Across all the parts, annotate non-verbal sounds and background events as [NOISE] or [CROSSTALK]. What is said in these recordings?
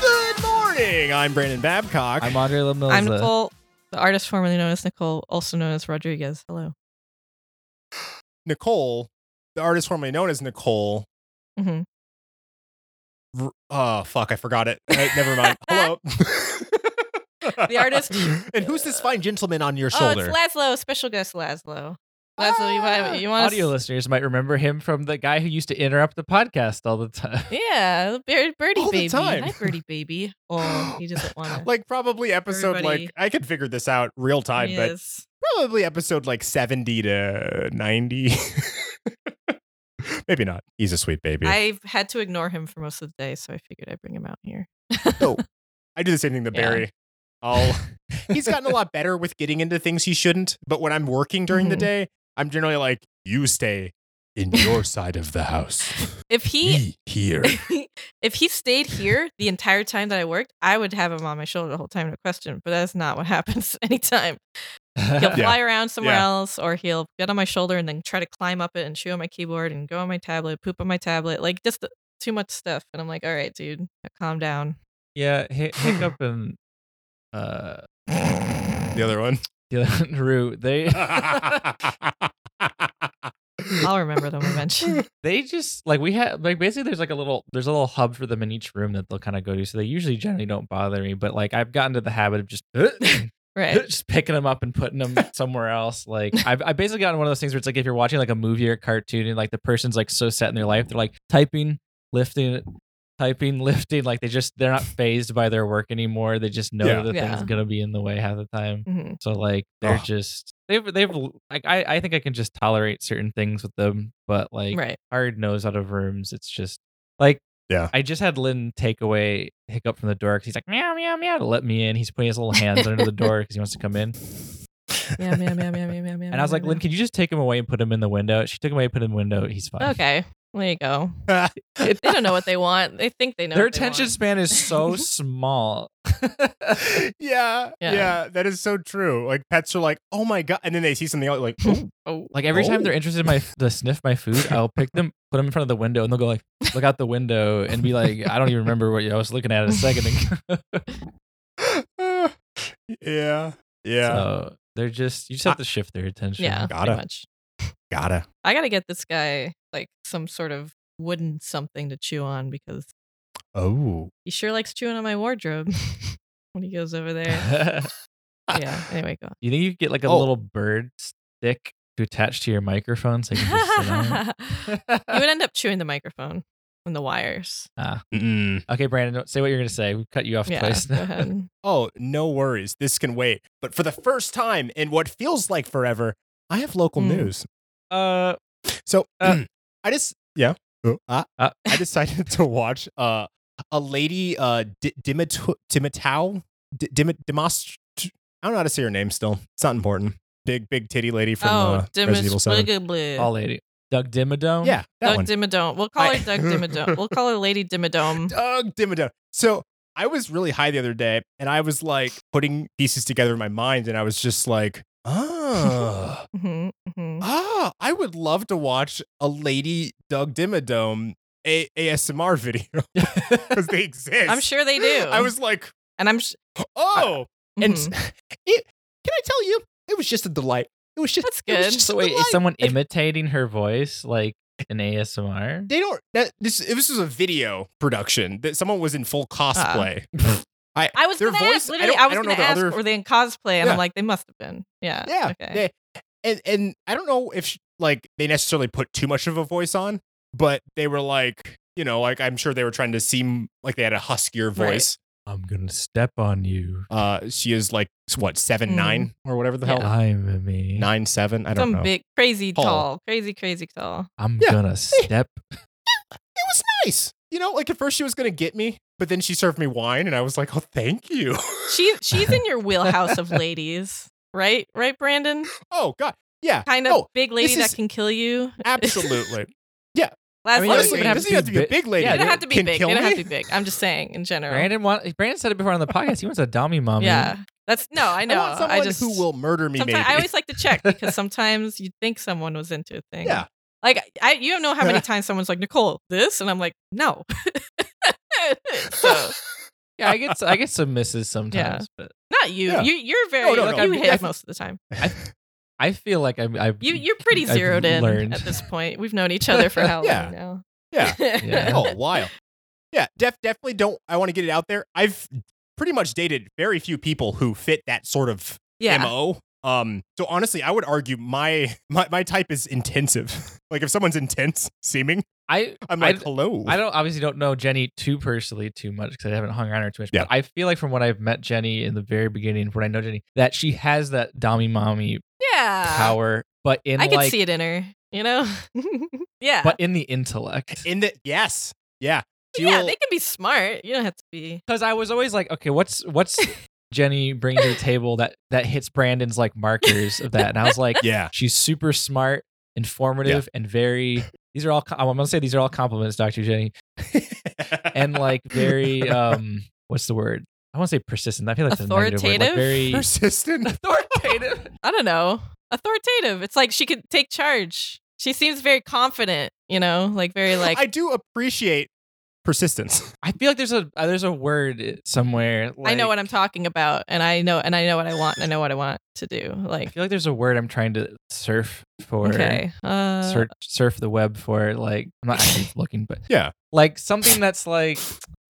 Good morning. I'm Brandon Babcock. I'm Andre Lamilza. I'm Nicole, the artist formerly known as Nicole, also known as Rodriguez. Hello. Nicole, the artist formerly known as Nicole. Mhm. R- oh fuck, I forgot it. Right, never [LAUGHS] mind. Hello. The artist- and who's this fine gentleman on your Oh, it's shoulder? Laszlo, special guest Laszlo. Laszlo, you want you want Audio listeners might remember him from the guy who used to interrupt the podcast all the time. Yeah, the bird, birdie All the baby. time. Hi, birdie baby. [GASPS] Oh, he doesn't want to. like probably episode like Everybody- I could figure this out real time, but probably episode like 70 to 90. [LAUGHS] Maybe not. He's a sweet baby. I, I've had to ignore him for most of the day, so I figured I'd bring him out here. do the same thing to Yeah. Barry. I'll he's gotten a lot better with getting into things he shouldn't. But when I'm working during the Mhm. day, I'm generally like, you stay in your side of the house. If he Be here. [LAUGHS] if he stayed here the entire time that I worked, I would have him on my shoulder the whole time to question, but that's not what [LAUGHS] happens anytime. He'll [LAUGHS] Yeah. fly around somewhere Yeah. else, or he'll get on my shoulder and then try to climb up it and chew on my keyboard and go on my tablet, poop on my tablet, like just too much stuff. And I'm like, all right, dude, calm down. yeah, Hi- Hiccup and uh, The other one. [LAUGHS] Dylan [LAUGHS] Rue, they I'll remember them eventually. [LAUGHS] they just like we have like basically there's like a little there's a little hub for them in each room that they'll kind of go to. So they usually generally don't bother me, but like I've gotten to the habit of just right. just picking them up and [LAUGHS] putting them somewhere else. Like I've, I've basically gotten one of those things where it's like if you're watching like a movie or a cartoon and like the person's like so set in their life, they're like typing, lifting, typing, [LAUGHS] lifting. Like they just they're not phased by their work anymore. They just know Yeah. that the Yeah. thing's gonna be in the way half the time. Mhm. So like they're Ugh. just they've they've like I I think I can just tolerate certain things with them, but like Right. hard nose out of rooms. It's just like Yeah. I just had Lynn take away Hiccup from the door because he's like meow meow meow to let me in. He's putting his little hands under the door because he wants to come in. Yeah, yeah, yeah, yeah, yeah, yeah, yeah. And I was like, Lynn, can you just take him away and put him in the window? She took him away, put him in the window. He's fine. Okay. There you [LAUGHS] go. They don't know what they want. They think they know. Their what they attention want. span is [LAUGHS] so small. yeah, yeah, Yeah. that is so true. Like pets are like, oh my god, and then they see something else, like, oh, Oh, Like every time Oh. they're interested in my to sniff my food, I'll pick them, put them in front of the window, and they'll go like, look out the window, and be like, I don't even remember what I was looking at a second ago. [LAUGHS] uh, yeah, yeah, So they're just you just have to shift their attention. yeah. Gotta. Pretty much. gotta. I gotta get this guy like some sort of wooden something to chew on because Oh, he sure likes chewing on my wardrobe [LAUGHS] when he goes over there. yeah. Anyway, go. you think you could get like a Oh. little bird stick to attach to your microphone so you can just sit on on. it? [LAUGHS] [LAUGHS] Ah, you would end up chewing the microphone and the wires. [LAUGHS] Mm-mm. okay, Brandon, don't- say what you're gonna say. We cut you off Yeah, twice. [LAUGHS] go now. ahead. oh, no worries. This can wait. But for the first time in what feels like forever, I have local Mm. news. Uh, So [CLEARS THROAT] Uh, I just yeah. Oh, ah. Uh. I decided [LAUGHS] to watch uh a lady uh D- Dimit- Dimitow D- Dimit- Demos- I don't know how to say her name still. It's not important. Big big titty lady [LAUGHS] from oh, uh, Resident Evil Seven. Dimmesquiggly. all lady, Doug Dimmadome. Yeah, that Doug one. Dimmadome. We'll call I- her Doug Dimmadome. We'll call her [LAUGHS] Lady Dimmadome. Doug Dimmadome. So I was really high the other day, and I was like putting pieces together in my mind, and I was just like, ah. Mhm, mhm. Ah, I would love to watch a Lady Doug Dimmadome a- ASMR video [LAUGHS] because they exist. I'm sure they do. [LAUGHS] Uh, I was like, and I'm sh- oh, and mhm. [LAUGHS] it, can I tell you, it was just a delight. It was just That's it was good. just So a wait, delight. is someone imitating her voice like an ASMR? they don't. That, this this was a video production that someone was in full Ah. cosplay. [LAUGHS] I was Their gonna voice- ask. I Literally, don't- I, I was don't know gonna the ask, other- were they in cosplay? And Yeah. I'm like, they must have been. Yeah. yeah, [LAUGHS] Okay. they- and and I don't know if sh- like they necessarily put too much of a voice on, but they were like, you know, like I'm sure they were trying to seem like they had a huskier Right. voice. I'm gonna step on you. Uh, she is like what seven Mm. nine or whatever the hell I'm me. nine seven. I don't Some know. big, crazy Tall. tall, crazy, crazy tall. I'm Yeah. gonna step. It was nice. you know, like at first she was gonna get me, but then she served me wine, and I was like, oh, thank you. [LAUGHS] She she's in your wheelhouse of ladies, right? Right, Brandon? oh God, yeah, Kind of No, big lady this that is- can kill you. [LAUGHS] absolutely. Last I mean, last honestly, week- it have doesn't to have be to be a big- big lady. it yeah, didn't have to be Can big. It kill didn't have me? to be big. I'm just saying in general. Brandon, want, Brandon said it before on the podcast. He wants a dummy mommy. Yeah. That's no, I know. I want someone just who will murder me. Maybe. Sometimes I always like to check [LAUGHS] because sometimes you think someone was into a thing. Yeah. Like I you don't know [LAUGHS] how many times someone's like, Nicole, this? And I'm like, no. [LAUGHS] [LAUGHS] so yeah. I get I get some misses sometimes, but not you. Yeah. You you're very No, no, like no. you I- hit I- most of the time. I feel like I'm. I, You you're pretty I've zeroed in learned. at this point. We've [LAUGHS] known each other for how Yeah. long now? [LAUGHS] Yeah. Yeah. oh, wild. Yeah, def- definitely don't. I want to get it out there. I've pretty much dated very few people who fit that sort of Yeah. mo. Um, so honestly, I would argue my [LAUGHS] my, my type is intensive. [LAUGHS] like if someone's intense seeming, I I'm like, I- hello. I don't obviously don't know Jenny too personally too much because I haven't hung around her too much. Yeah. But I feel like from what I've met Jenny in the very beginning, when I know Jenny, that she has that dommy mommy Yeah. power, but in Uh, I can like, see it in her, you know? [LAUGHS] yeah. but in the intellect. in the yes, yeah. She [LAUGHS] yeah, will- [LAUGHS] they can be smart. You don't have to be Because I was always like, okay, what's [LAUGHS] what's Jenny bringing to the table that that hits Brandon's like markers of that, and I was [LAUGHS] like, yeah, she's super smart, informative, and very. These are all. com- I'm gonna say these are all compliments, Doctor Jenny, [LAUGHS] and like very. um What's the word? I want to say persistent. I feel like that's a negative word. Like Authoritative? very persistent. [LAUGHS] authoritative. I don't know, authoritative. It's like she could take charge. She seems very confident, you know, like very [LAUGHS] like I do appreciate persistence. [LAUGHS] I feel like there's a uh, there's a word somewhere. I know like- what I'm talking about and I know and I know what I want and I know what I want to do. I Like feel like there's a word I'm trying to surf for. okay. Uh Search, surf the web for like I'm not [LAUGHS] actually looking, but Yeah. like something that's like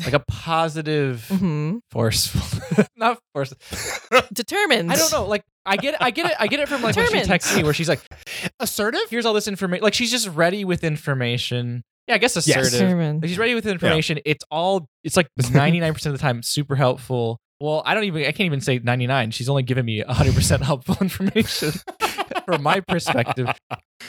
like a positive, mhm. forceful, [LAUGHS] not forceful. determined. I don't know. Like I get it, I get it, I get it from like when she Determined. texts me where she's like, Assertive. here's all this information. Like she's just ready with information. Yeah, I guess assertive. Determined. Like, she's ready with information. It's all. [LAUGHS] It's like ninety nine percent of the time super helpful. Well, I don't even. I can't even say ninety nine. She's only giving me hundred percent helpful [LAUGHS] information from my perspective.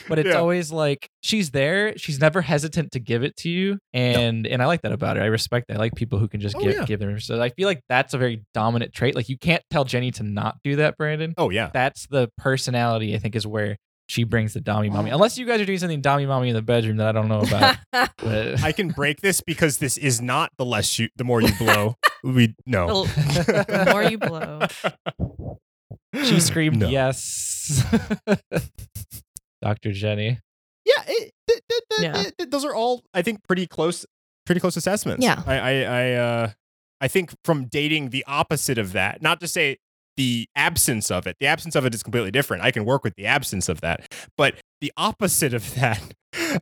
But it's Yeah. always like she's there. She's never hesitant to give it to you, and and I like that about her. I respect that. I like people who can just Oh, give yeah. give them. So I feel like that's a very dominant trait. Like you can't tell Jenny to not do that, Brandon Oh yeah. that's the personality I think is where she brings the dommy Oh. mommy. Unless you guys are doing something dommy mommy in the bedroom that I don't know [LAUGHS] about. but I can break this because this is not the less you, the more you [LAUGHS] blow. We no. [LAUGHS] the more you blow. she screamed No. yes. [LAUGHS] Dr. Jenny. Yeah, it, th- th- th- Yeah. th- th- those are all I think pretty close, pretty close assessments. Yeah. I, I, I, uh, I think from dating the opposite of that, not to say the absence of it. The absence of it is completely different. I can work with the absence of that, but the opposite of [LAUGHS] that,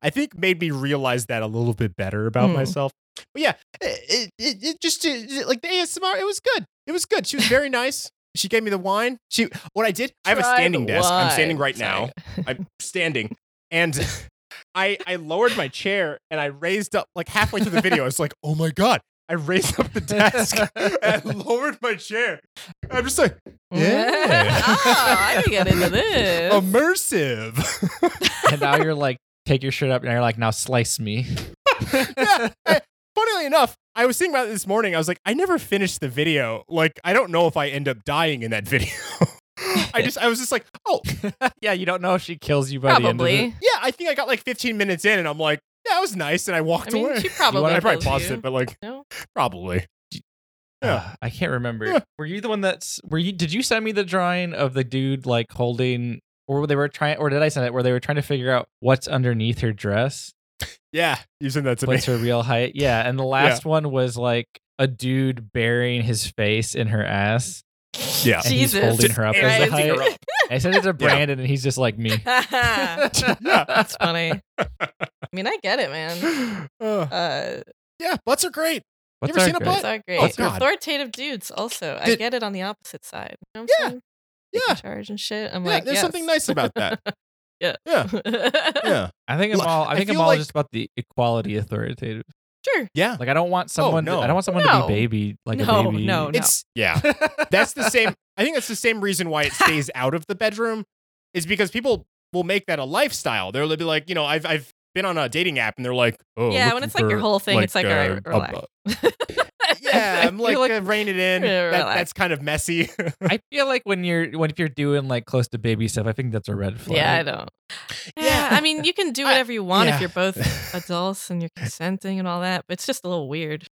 I think, made me realize that a little bit better about Hmm. myself. But yeah, it, it, it just it- like the ASMR. It was good. It was good. She was very nice. She gave me the wine. She what I did. I have a Try the standing desk. I'm wine. standing right now. Sorry. I'm standing and [LAUGHS] I I lowered my chair and I raised up like halfway through the video. I was like, oh my god. I raised up the [LAUGHS] desk and I lowered my chair. I'm just like [LAUGHS] Yeah. Um, oh, I can get into this. immersive. [LAUGHS] And now you're like, take your shirt up and you're like, now slice me. yeah. I- funnily enough, I was thinking about it this morning. I was like, I never finished the video. Like, I don't know if I end up dying in that [LAUGHS] video. I just I was just like, oh [LAUGHS] yeah, you don't know if she kills you by the end probably. yeah, I think I got like 15 minutes in and I'm like, that was nice, and I I walked mean, away. she probably I probably loves paused you. it, but like No? probably. of it. Yeah. Uh, I can't remember. Yeah. Were you the one that's were you did you send me the drawing of the dude like holding or they were trying or did I send it where they were trying to figure out what's underneath her dress? Yeah, you sent that to me. What's her real height? [LAUGHS] Yeah. And the last one was like a dude burying his face in her ass. Yeah. And he's Jesus. holding her up Just as the raising height. [LAUGHS] I sent it to Brandon and he's just like me. [LAUGHS] yeah. That's funny. [LAUGHS] I mean, I get it, man. Uh, Uh, yeah, butts are great. What's ever our seen a grade? butt? It's not great. Oh, God. Authoritative dudes also. I Did- get it on the opposite side. You know what I'm Yeah. saying? Yeah. Taking Charge and shit. I'm yeah, like, there's yes. something nice about that. Yeah. Yeah. Yeah. I think I'm Look, all I I think I'm feel all like- just about the equality authoritative. sure. Yeah. Like I don't want someone no. I don't want someone to Oh, No. be baby like No, a baby. no, no. It's yeah. That's the same I think that's the same reason why it [LAUGHS] stays out of the bedroom is because people will make that a lifestyle. They'll be like, you know, I've I've been on a dating app and they're like, oh, [LAUGHS] [LAUGHS] yeah, when looking it's like your for, whole thing, it's like, all uh, right, a- relax. [LAUGHS] yeah, I'm You're like, uh, rein it in. Yeah, That, relax. that's kind of [LAUGHS] messy. [LAUGHS] [LAUGHS] I feel like when you're when if you're doing like close to baby stuff, I think that's a red flag. yeah, I don't. Yeah. Yeah, I mean, you can do I- whatever you want yeah. if you're [LAUGHS] both adults and you're consenting and all that, but it's just a little weird, [LAUGHS]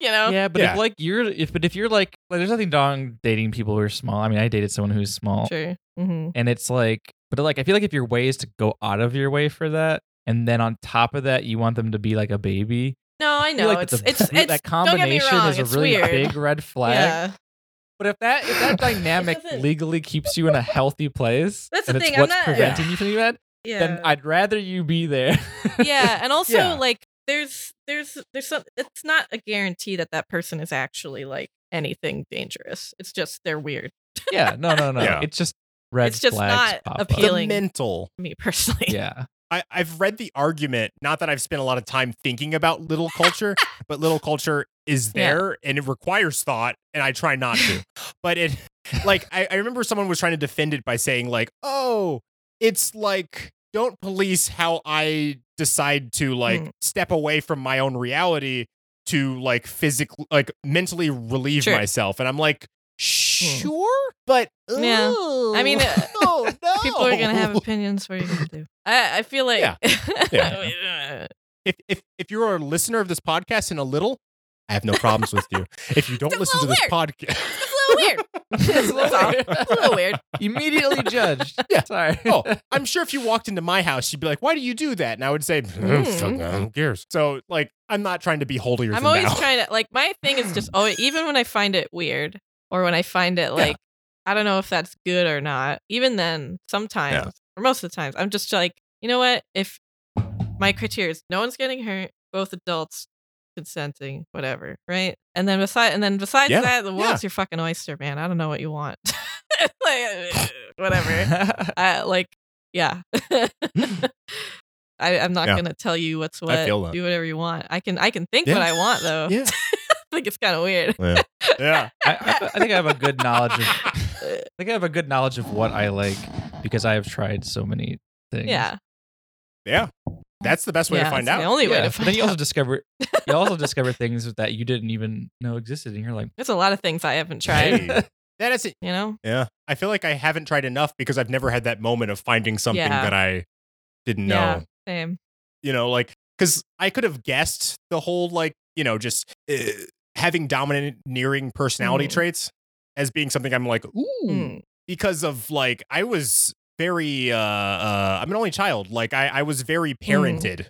you know? Yeah, but Yeah. if like you're if but if you're like, like there's nothing wrong dating people who are small. I mean, I dated someone who's Oh. small, True. hmm and it's like, but like I feel like if your way is to go out of your way for that, and then on top of that, you want them to be like a baby. No, I I know. feel like it's that's [LAUGHS] a- it's [LAUGHS] that it's. don't get me combination wrong, is a it's really weird. big red flag. yeah, But if that if [LAUGHS] that dynamic doesn't- legally keeps you in a healthy place, That's the and it's thing, I'm what's not- preventing you from doing that, yeah. then I'd rather you be there. [LAUGHS] yeah and also Yeah. like there's there's there's some it's not a guarantee that that person is actually like anything dangerous it's just they're weird yeah. No, no, no. Yeah. It's just red It's just flags not pop up. appealing. the mental. me [LAUGHS] personally Yeah. I, I've read the argument, not that I've spent a lot of time thinking about little [LAUGHS] culture, but little culture is Yeah. there and it requires thought, and I try not [LAUGHS] to. but it, like, I, I remember someone was trying to defend it by saying, like, oh, it's like, don't police how I decide to, like, Mm. step away from my own reality to, like, physically, like, mentally relieve Sure. Mm. myself. And I'm like, sure, but, Yeah. I mean, [LAUGHS] ooh, uh, oh, no. people are gonna have opinions what are you gonna do i i feel like Oh. [LAUGHS] Yeah. yeah. if if if you're a listener of this podcast in a little, I have no problems with you. If you don't It's a listen to little this podcast, it's a little weird [LAUGHS] That's all. It's a little weird Immediately [LAUGHS] judged. Yeah. Sorry. Oh. [LAUGHS] I'm sure if you walked into my house, you'd be like, "Why do you do that?" And I would say, "Hmm, Mm. "Fuck, no, "Who cares?" So, like, I'm not trying to be holier i'm than always thou. trying to like my thing is [LAUGHS] just oh even when i find it weird or when i find it like i don't know if that's good or not even then sometimes or most of the times i'm just like you know what if my criteria is no one's getting hurt both adults consenting whatever right and then besides and then besides Yeah. that the world's your fucking oyster man i don't know what you want [LAUGHS] [LAUGHS] like whatever I, like yeah [LAUGHS] I, i'm not Yeah. gonna tell you what's what feel that. do whatever you want i can i can think Yeah. what i want though [LAUGHS] [LAUGHS] Yeah. I think it's kind of weird. yeah, yeah, [LAUGHS] I, I, I think I have a good knowledge [LAUGHS] of [LAUGHS] I think I have a good knowledge of what I like because I have tried so many things. Yeah. yeah. That's the best way yeah, to find that's out. The only way Yeah. to But then [LAUGHS] find you [LAUGHS] also out. discover you also discover things that you didn't even know existed and you're [LAUGHS] like There's a lot of things I haven't tried. Hey, [LAUGHS] that is it. You know? Yeah, I feel like I haven't tried enough because I've never had that moment of finding something Yeah. that I didn't know. Yeah. Same. you know like because i could have guessed the whole like you know just uh, having domineering personality Mm. traits as being something i'm like ooh Mm. because of like i was very uh, uh i'm an only child like i i was very parented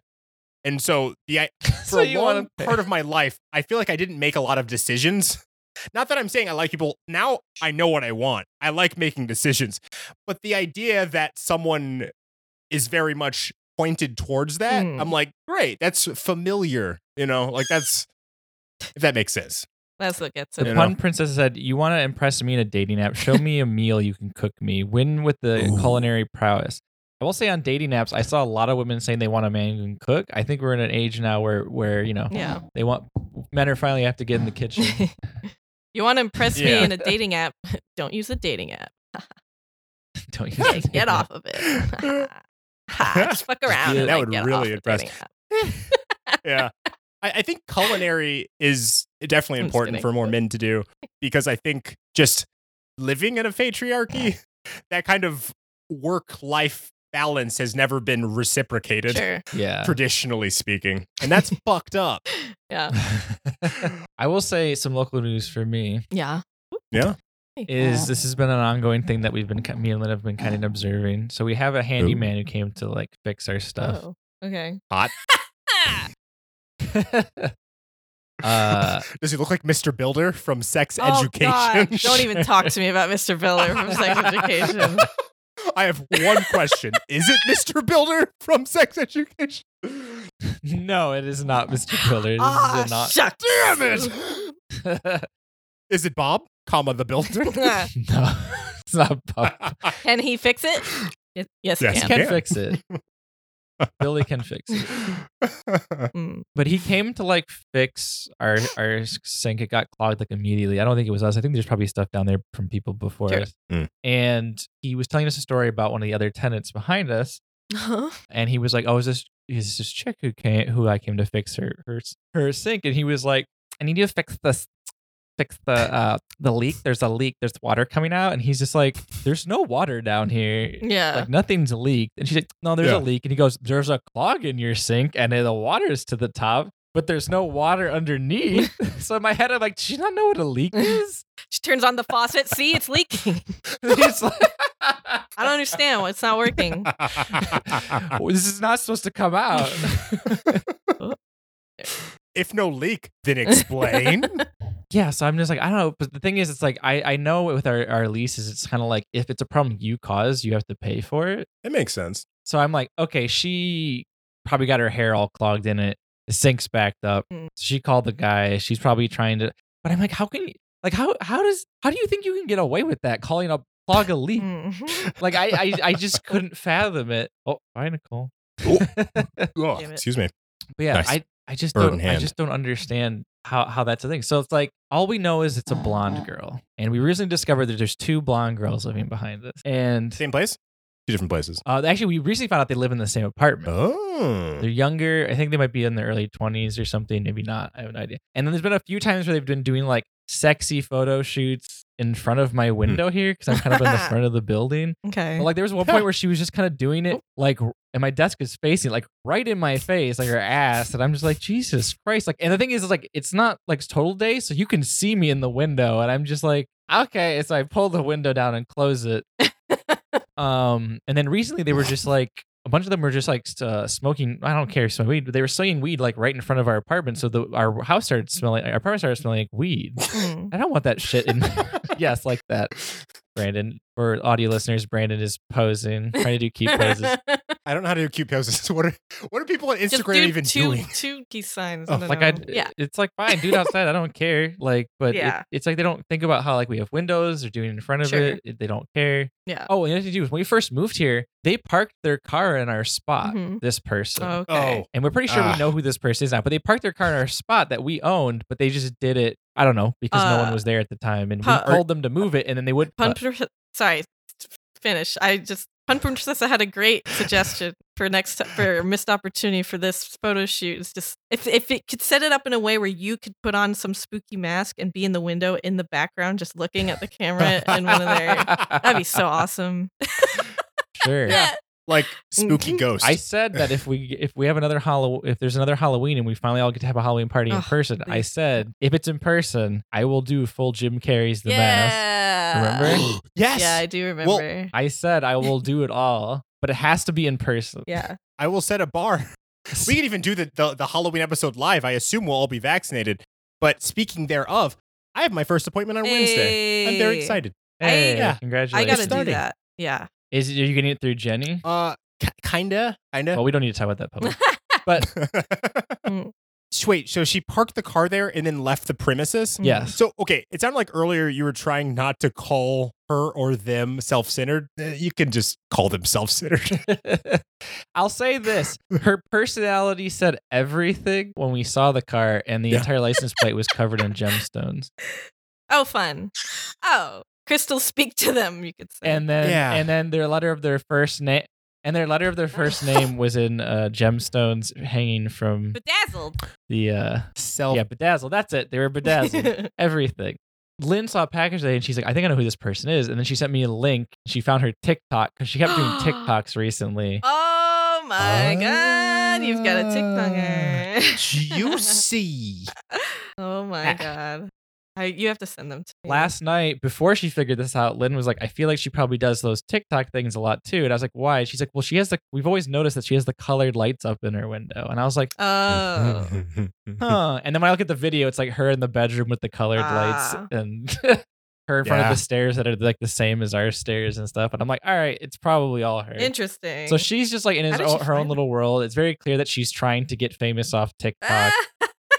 and so the I, [LAUGHS] for So a you long wanna- part of my life i feel like i didn't make a lot of decisions not that i'm saying i like people now i know what i want i like making decisions but the idea that someone is very much pointed towards that Mm. i'm Hmm. like great that's familiar you know like that's if that makes sense That's what gets The it. You know? pun princess said, "You want to impress me in a dating app? Show me a meal you can cook me. Win with the Ooh. culinary prowess." I will say on dating apps, I saw a lot of women saying they want a man who can cook. I think we're in an age now where where you know [LAUGHS] Yeah. they want men are finally have to get in the [LAUGHS] kitchen. [LAUGHS] you want to impress Yeah. me in a dating app? [LAUGHS] Don't use a [LAUGHS] dating app. Don't you Hey, think? get off of [LAUGHS] it. [LAUGHS] Ha, Just fuck around. Yeah, and, that like, would get really off the impress- dating app. yeah I, I think culinary is definitely I'm just important kidding. for more men to do because i think just living in a patriarchy [LAUGHS] that kind of work life balance has never been reciprocated Sure. Yeah. [LAUGHS] traditionally speaking [LAUGHS] and that's fucked up Yeah. I will say some local news for me. Yeah. Yeah. is this has been an ongoing thing that we've been ki- me and Lynn have been kind of observing. So we have a handyman who came to like fix our stuff. Oh, okay. uh, Hot. [LAUGHS] uh, [LAUGHS] does he look like mr builder from sex Oh, education God. Don't even talk to me about Mr. Biller [LAUGHS] from Sex Education. I have one question. Is it Mr. Builder from Sex Education? no, it is not Mr. Pillar. This Ah, is a shucks. Damn [LAUGHS] it! [LAUGHS] not. Is it Bob, comma the [LAUGHS] Builder? [LAUGHS] Ah, no, it's not Bob. can he fix it? Y- Yes, Yes, he He can. Yeah. can fix it. Billy can fix it. Mm. But he came to like fix our our sink. It got clogged like immediately. I don't think it was us. I think there's probably stuff down there from people before Sure. us. Mm. And he was telling us a story about one of the other tenants behind us. Huh? and he was like, "Oh, is this he's this chick who came who I came to fix her her her sink, and he was like, I need you to fix this fix the uh the leak. There's a leak. There's water coming out, and he's just like, There's no water down here. Yeah. Like nothing's leaked. And she's like, No, there's Yeah. a leak. And he goes, There's a clog in your sink, and the water is to the top, but there's no water underneath. [LAUGHS] so in my head, I'm like, Does she not know what a leak is? [LAUGHS] she turns on the faucet. See, it's leaking. It's like- I don't understand why it's [LAUGHS] not working. Well, this is not supposed to come out. [LAUGHS] [LAUGHS] if no leak, then explain. yeah, so I'm just like, I don't know. But the thing is, it's like I, I know with our, our leases, it's kind of like if it's a problem you cause, you have to pay for it. [LAUGHS] that makes sense. So I'm like, okay, she probably got her hair all clogged in it. The sink's backed up. Mm. So she called the guy. She's probably trying to but I'm like, how can you like how how does how do you think you can get away with that? Calling a clog a leak. Mhm. like I, I I [LAUGHS] just couldn't fathom it. Oh, hi Nicole. Ooh. but Ugh, Damn it. Oh, excuse me. yeah, Nice. I I just Bird in don't I hand. just don't understand how how that's a thing. So it's like all we know is it's a blonde girl, and we recently discovered that there's two blonde girls living behind us, and Same place? Two different places. uh, actually we recently found out they live in the same apartment. Oh. They're younger. I think they might be in their early 20s or something. Maybe not. I have no idea. And then there's been a few times where they've been doing like sexy photo shoots in front of my window here because I'm kind of in the front of the building. Okay. But, like there was one point where she was just kind of doing it like, r- and my desk is facing like right in my face, like her ass. And I'm just like, Jesus Christ. Like, and the thing is, is like, it's not like total day. So you can see me in the window. And I'm just like, okay. So I pull the window down and close it. Um, and then recently they were just like a bunch of them were just like s- uh, smoking. I don't care smoking weed. But they were smoking weed like right in front of our apartment, so the our house started smelling. Our apartment started smelling like weed. Mm. I don't want that shit in. [LAUGHS] yes, like that. Brandon, for audio listeners, Brandon is posing, trying to do key poses. [LAUGHS] [LAUGHS] I don't know how to do cute poses. [LAUGHS] What are what are people on Just Instagram do even two, doing? Two key signs. Oh, I don't Like I, know. yeah. it's like fine, do it outside. I don't care. Like, but it- Yeah. it's like they don't think about how like we have windows. They're doing it in front of Sure. it. it. They don't care. Yeah. Oh, and the other thing too is when we first moved here, they parked their car in our spot. Mhm. This person. Okay. Oh. And we're pretty sure Ah. we know who this person is now, but they parked their car in our spot that we owned, but they just did it, I don't know, because no one Uh, was there at the time. And pu- we told them to move it, and then they would. Pun but- Pr- sorry, finish. I just Pun Princessa had a great suggestion for next for missed opportunity for this photo shoot. It's just if if it could set it up in a way where you could put on some spooky mask and be in the window in the background, just looking at the camera in one of [LAUGHS] their. That'd be [LAUGHS] so awesome. sure. Like Mm-hmm. spooky ghost. I said that if we if we have another Halloween, if there's another Halloween and we finally all get to have a Halloween party in Ugh, person, I please. said if it's in person, I will do full Jim Carrey's The Mask. yeah. Remember? [GASPS] yes. Yeah, I do remember. I said I will do it all, but it has to be in person. yeah. I will set a bar. We can even do the, the the Halloween episode live. I assume we'll all be vaccinated. But speaking thereof, I have my first appointment on Wednesday. I'm very Hey. excited. Hey, Yeah. I congratulations! gotta do starting. that. Yeah. Is are you getting it through Jenny? Uh, k- kinda, kinda. Well, we don't need to talk about that [LAUGHS] public. But Mm. Sh- Wait, so she parked the car there and then left the premises? Mm. yes, [LAUGHS] So, okay, it sounded like earlier you were trying not to call her or them self centered. You can just call them self centered. I'll say this: her personality said everything when we saw the car, and the Yeah. entire license plate was covered in gemstones. Oh, fun. Oh, crystals speak to them. You could say. And then, Yeah. and then their letter of their first name, and their letter of their first name was in uh, gemstones hanging from bedazzled. the uh, Self. yeah bedazzled. That's it. They were bedazzled. [LAUGHS] everything. Lynn saw a package today and she's like, I think I know who this person is. And then she sent me a link. She found her TikTok because she kept doing TikToks recently. Oh Ah. my god, you've got a TikToker. [LAUGHS] Juicy. oh my god. I, you have to send them to Ah. me. Last night, before she figured this out, Lynn was like, I feel like she probably does those TikTok things a lot too. And I was like, why? She's like, well, she has the, we've always noticed that she has the colored lights up in her window. And I was like, [LAUGHS] [LAUGHS] Oh. huh. And then when I look at the video, it's like her in the bedroom with the colored Ah. lights and [LAUGHS] her in front Yeah. of the stairs that are like the same as our stairs and stuff. And I'm like, all right, it's probably all her. Interesting. [LAUGHS] So she's just like in his did she own, her find own it? little world. It's very clear that she's trying to get famous off TikTok. Ah!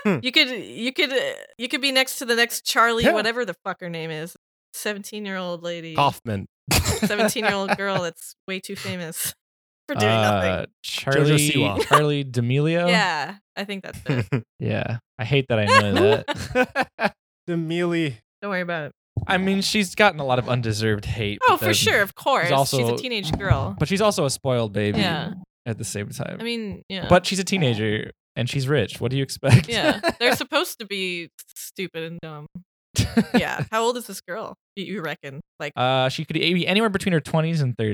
hmm. you could you could uh, you could be next to the next Charlie Yeah. whatever the fuck her name is. 17-year-old lady. Oh. [LAUGHS] Kaufman. [LAUGHS] 17-year-old girl that's way too famous [LAUGHS] for doing nothing. Uh, Charlie Siwa. [LAUGHS] Charlie D'Amelio. Yeah, I think that's [LAUGHS] it. Yeah. I hate that I know [LAUGHS] that. Demili. Don't worry about it. I mean, she's gotten a lot of undeserved hate. Oh, but for then- sure, of course. She's also- a teenage girl. But she's also a spoiled baby. Yeah. at the same time. I mean, yeah. but she's a teenager and she's rich. What do you [LAUGHS] expect? yeah, [LAUGHS] they're supposed to be stupid and dumb. Yeah. [LAUGHS] How old is this girl? You- You reckon? Like, Uh, she could be anywhere between her 20s and 30s.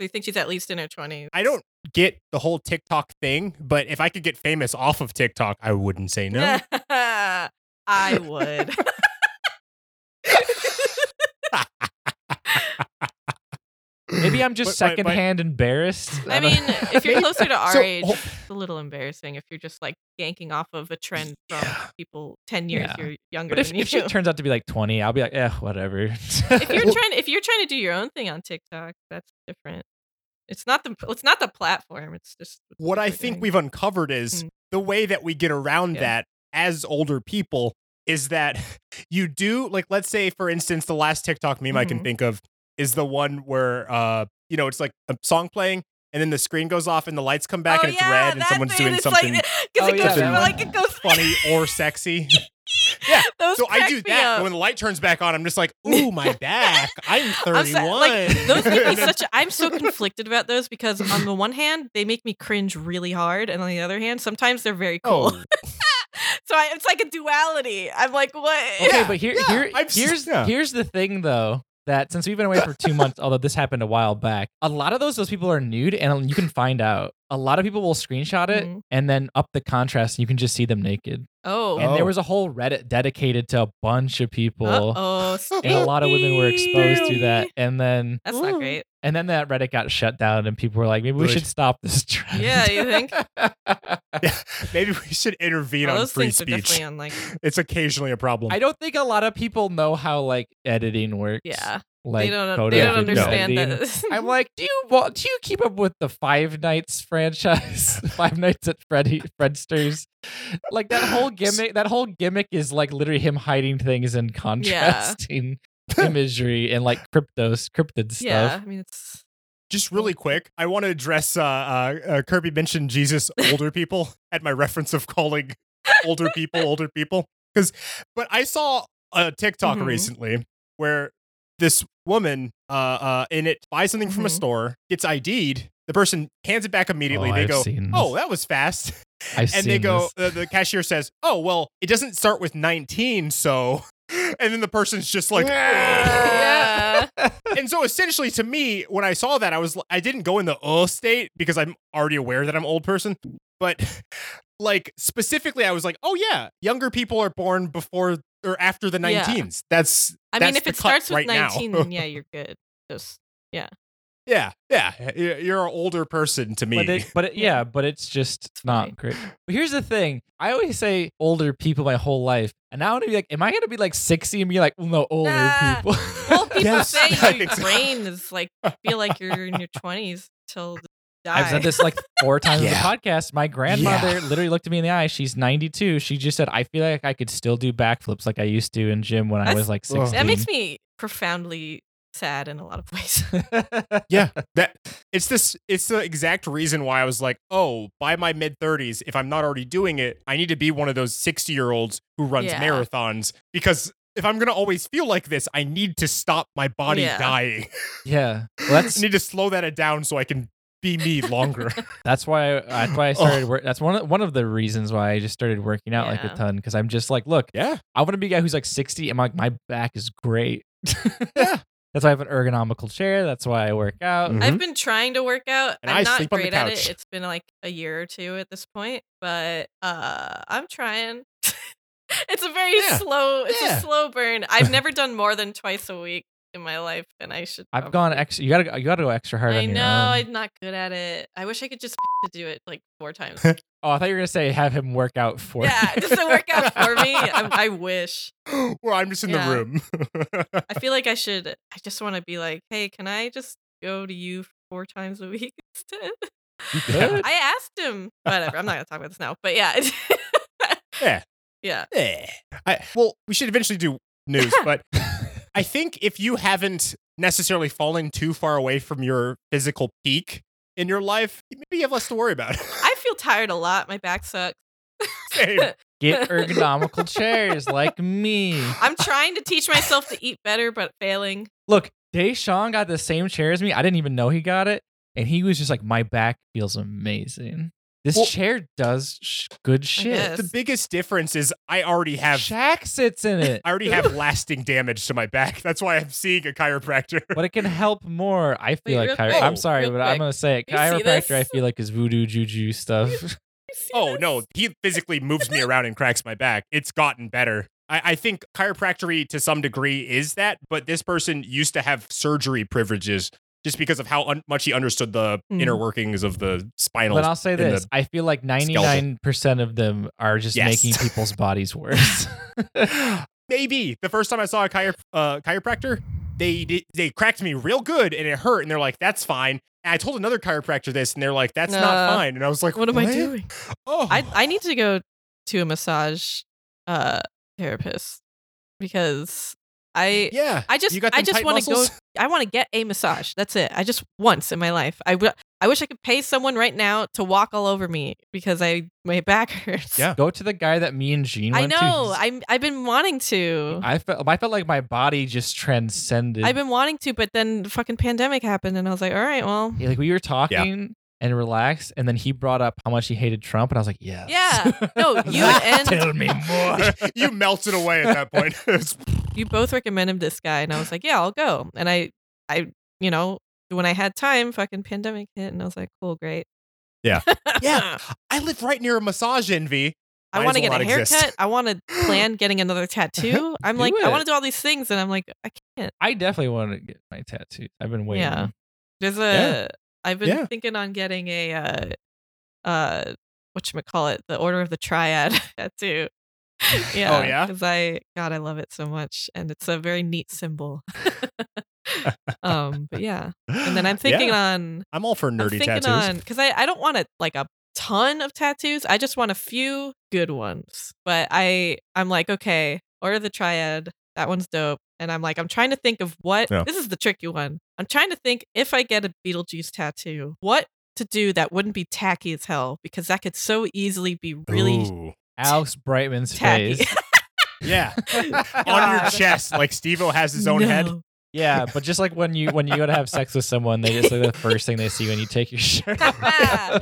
do you think she's at least in her twenties? I [LAUGHS] don't get the whole TikTok thing, but if I could get famous off of TikTok, I wouldn't say no. I [LAUGHS] would. Maybe [CLEARS THROAT] I'm just But- but- but- secondhand embarrassed. I don't- mean, [LAUGHS] [LAUGHS] if you're closer to our So, age, ho- it's a little embarrassing if you're just like yanking off of a trend from Yeah. people ten years Yeah. you're younger but if, than you. if she turns out to be like 20, I'll be like, eh, whatever. [LAUGHS] [LAUGHS] [LAUGHS] if you're trying if you're trying to do your own thing on TikTok, that's different. It's not the it's not the platform. It's just what I we're think doing. we've uncovered is Mm. the way that we get around Yeah. that as older people is that [LAUGHS] you do like let's say for instance the last TikTok meme I can Mhm. think of is the one where uh you know it's like a song playing and then the screen goes off and the lights come back oh, and it's yeah, red and that someone's thing, doing it's [LAUGHS] something like, because Oh, it yeah, goes that one. like it goes funny or [LAUGHS] sexy. Those so I crack do me that. up. But when the light turns back on, I'm just [LAUGHS] like, ooh, my back. I'm 31. I'm so- like [LAUGHS] those make me such. A, I'm so conflicted about those because on the one hand they make me cringe really hard, and on the other hand sometimes they're very cool. Oh, [LAUGHS] [LAUGHS] So I, it's like a duality. I'm like, what? okay, Yeah, but here, yeah, here, I've s- here's yeah. here's the thing though that since we've been away for [LAUGHS] two months, although this happened a while back, a lot of those those people are nude, and you can find out. A lot of people will screenshot it Mhm. and then up the contrast, and you can just see them naked. [LAUGHS] Oh, And Oh. there was a whole Reddit dedicated to a bunch of people, oh, and a lot of women were exposed to that. And then, That's not great. and then that Reddit got shut down, and people were like, maybe we Good. should stop this [LAUGHS] trend. Yeah, [LAUGHS] you think? maybe we should intervene Well, on Oh, those free things are speech. definitely on like, It's occasionally a problem. I don't think a lot of people know how like editing works. yeah, like they don't photo they don't No. understand editing. that. [LAUGHS] I'm like, do you want, do you keep up with the Five Nights franchise, [LAUGHS] Five Nights at Freddy Fredster's? Like that [LAUGHS] whole gimmick, that whole gimmick is like literally him hiding things and [LAUGHS] contrasting imagery and like cryptos, cryptid stuff. yeah, I [LAUGHS] mean it's Just really Oh. quick, I want to address uh, uh, uh, Kirby mentioned Jesus older people [LAUGHS] at my reference of calling older people older people because, but I saw a TikTok Mhm. Mm-hmm. recently where this woman uh, uh, in it buys something from a Mhm. store, gets ID'd, the person hands it back immediately. Mm-hmm. Oh, they I've go, seen "Oh, this. that was fast," I've and seen they go, this. uh, the cashier says, "Oh, well, it doesn't start with 19, so." [LAUGHS] And then the person's just [LAUGHS] like, yeah. and so essentially to me when i saw that i was i didn't go in the uh state because i'm already aware that i'm an old person but [LAUGHS] like specifically i was like oh yeah younger people are born before or after the Yeah. 19s that's I that's mean, if the it cut starts with right now. 19, then yeah, you're [LAUGHS] good. Just yeah yeah y- you're an older person to me But, [LAUGHS] it, but it, yeah, but it's just fine. not great. But here's the thing: I always say older people my whole life, and now I'm gonna be like, am I gonna be like 60 and be like, well, no, older Nah. people? well, [LAUGHS] people Yes, I [LAUGHS] say your think so. brain is like feel like you're in your 20s till the die. I've said this like four times Yeah. on the podcast. My grandmother literally looked at me in the eye. She's 92. She just said, "I feel like I could still do backflips like I used to in gym when I That's- was like Ugh. 16." That makes me profoundly sad in a lot of [LAUGHS] ways. yeah that it's this it's the exact reason why i was like oh by my mid 30s if i'm not already doing it i need to be one of those 60 year olds who runs Yeah. marathons because if i'm going to always feel like this i need to stop my body Yeah. dying yeah. Well, I that's need to slow that down so I can be me [LAUGHS] longer. that's why I, that's why I started. Wor- that's one of, one of the reasons why I just started working out like Yeah. a ton because I'm just like, look, yeah. I want to be a guy who's like 60 and like my back is great. [LAUGHS] Yeah. That's why I have an ergonomical chair. That's why I work out. Mhm. I've been trying to work out. And I'm I not sleep on the great at couch. it. It's been like a year or two at this point, but uh I'm trying. [LAUGHS] it's a very Yeah. slow it's Yeah. a slow burn. [LAUGHS] I've never done more than twice a week in my life and I should I've probably- gone extra. You gotta you Um gotta go extra hard I on your know, own. I'm not good at it. I wish I could just [LAUGHS] to do it like [LAUGHS] four times. oh, I thought you were gonna say have him work out for. yeah, [LAUGHS] you. [LAUGHS] just to work out for me. I, I wish. [GASPS] Where I'm just in Yeah. the room. [LAUGHS] I feel like I should I just want to be like, "Hey, can I just go to you four times a week [LAUGHS] [LAUGHS] instead?" Yeah. I asked him. Whatever. I'm not gonna talk about this now. But yeah. [LAUGHS] Yeah. Yeah. Eh. I, well, we should eventually do [LAUGHS] news, but I think if you haven't necessarily fallen too far away from your physical peak in your life, maybe you have less to worry about. [LAUGHS] I feel tired a lot. My back sucks. Same. Get ergonomical chairs like me. I'm trying to teach myself to eat better, but failing. Look, Deshaun got the same chair as me. I didn't even know he got it. and he was just like, "My back feels amazing. This Well- chair does sh- good shit." guess. The biggest difference is I already have Shaq sits in it, I already have lasting damage to my back. That's why I'm seeing a chiropractor. but it can help more. I feel Wait, like real chiro- quick, I'm sorry, real but I'm quick. gonna say it. You see this? Chiropractor, I feel like is voodoo juju [LAUGHS] stuff. Oh no, he physically moves me around and cracks my back. It's gotten better. I, I think chiropractic to some degree is that, but this person used to have surgery privileges just because of how un- much he understood the Mm. inner workings of the spinal. But I'll say in the this: I feel like 99 percent of them are just Yes. making people's bodies worse. [LAUGHS] Maybe the first time I saw a chiro- uh, chiropractor, they did- they cracked me real good and it hurt, and they're like, "That's fine." And I told another chiropractor this, and they're like, "That's not No. fine." And I was like, Uh, What am I doing? Oh, I I need to go to a massage uh therapist because I yeah. I just you got I them just tight want to go muscles? I want to get a massage. That's it. I just once in my life. I wi- I wish I could pay someone right now to walk all over me because I my back [LAUGHS] hurts. Yeah. Go to the guy that me and Gene I went to. know. He's- I'm I've been wanting to. I felt I felt like my body just transcended. I've been wanting to, but then the fucking pandemic happened and I was like, all right, well, Yeah, like we were talking and relaxed, and then he brought up how much he hated Trump, and I was like, yes. [LAUGHS] Yeah. No, you and- tell me more. [LAUGHS] [LAUGHS] you melted away at that point. [LAUGHS] It's- you both recommended this guy and I was like, yeah, I'll go. And I I you know, when I had time, fucking pandemic hit and I was like, cool, great. [LAUGHS] Yeah. I live right near a massage envy. I Might want to as well get a not haircut. exist. I want to plan getting another tattoo. I'm Do like, I it. want to do all these things, and I'm like, I can't. [LAUGHS] I definitely want to get my tattoos. I've been waiting. Yeah. There's a. Yeah. have been Yeah. thinking on getting a, uh, uh, what you call it, the Order of the Triad [LAUGHS] tattoo. yeah. yeah? Because I, God, I love it so much, and it's a very neat symbol. [LAUGHS] um, but yeah, and then [GASPS] I'm thinking on I'm all for I'm nerdy thinking tattoos. on because I, I don't want a, like a ton of tattoos. I just want a few good ones. But I I'm like okay, order the triad. That one's dope. And I'm like I'm trying to think of what Yeah. this is the tricky one. I'm trying to think if I get a Beetlejuice tattoo, what to do that wouldn't be tacky as hell because that could so easily be really Ooh. Alex Brightman's tacky. face. [LAUGHS] Yeah. on your God. chest, like Steve O has his own head. No. [LAUGHS] Yeah, but just like when you when you go to have sex with someone, they just like the first thing they see when you take your [LAUGHS] shirt. off. [LAUGHS]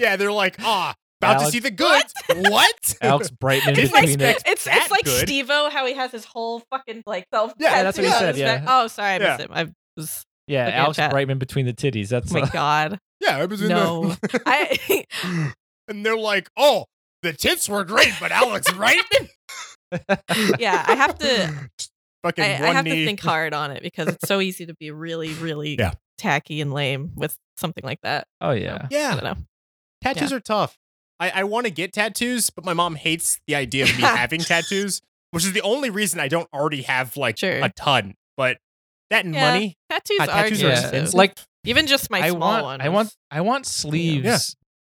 Yeah, they're like, ah, about to Alex- see the goods. [LAUGHS] What? Alex Brightman Didn't between expect the It's that it's like good. Steve-O, how he has his whole fucking like self. Yeah, that's what he tattoo on said, his yeah. back. Oh, sorry, I Yeah. missed him. I was yeah, Looking at Alex chat. Brightman between the titties. That's Oh my all. god. [LAUGHS] Yeah, it was in No. the- I [LAUGHS] and they're like, oh, the tits were great, but [LAUGHS] Alex right? yeah, I have to [LAUGHS] Fucking I, I one have knee. to think hard on it because it's so easy to be really, really Yeah. tacky and lame with something like that. Oh yeah. I yeah, don't know. tattoos are tough. I, I want to get tattoos, but my mom hates the idea [LAUGHS] of me having tattoos, which is the only reason I don't already have like Sure. a ton. But that and Yeah. money, Tattoos, God, tattoos are are expensive. expensive. Like Even just my I small want ones. I want I want sleeves. Yeah.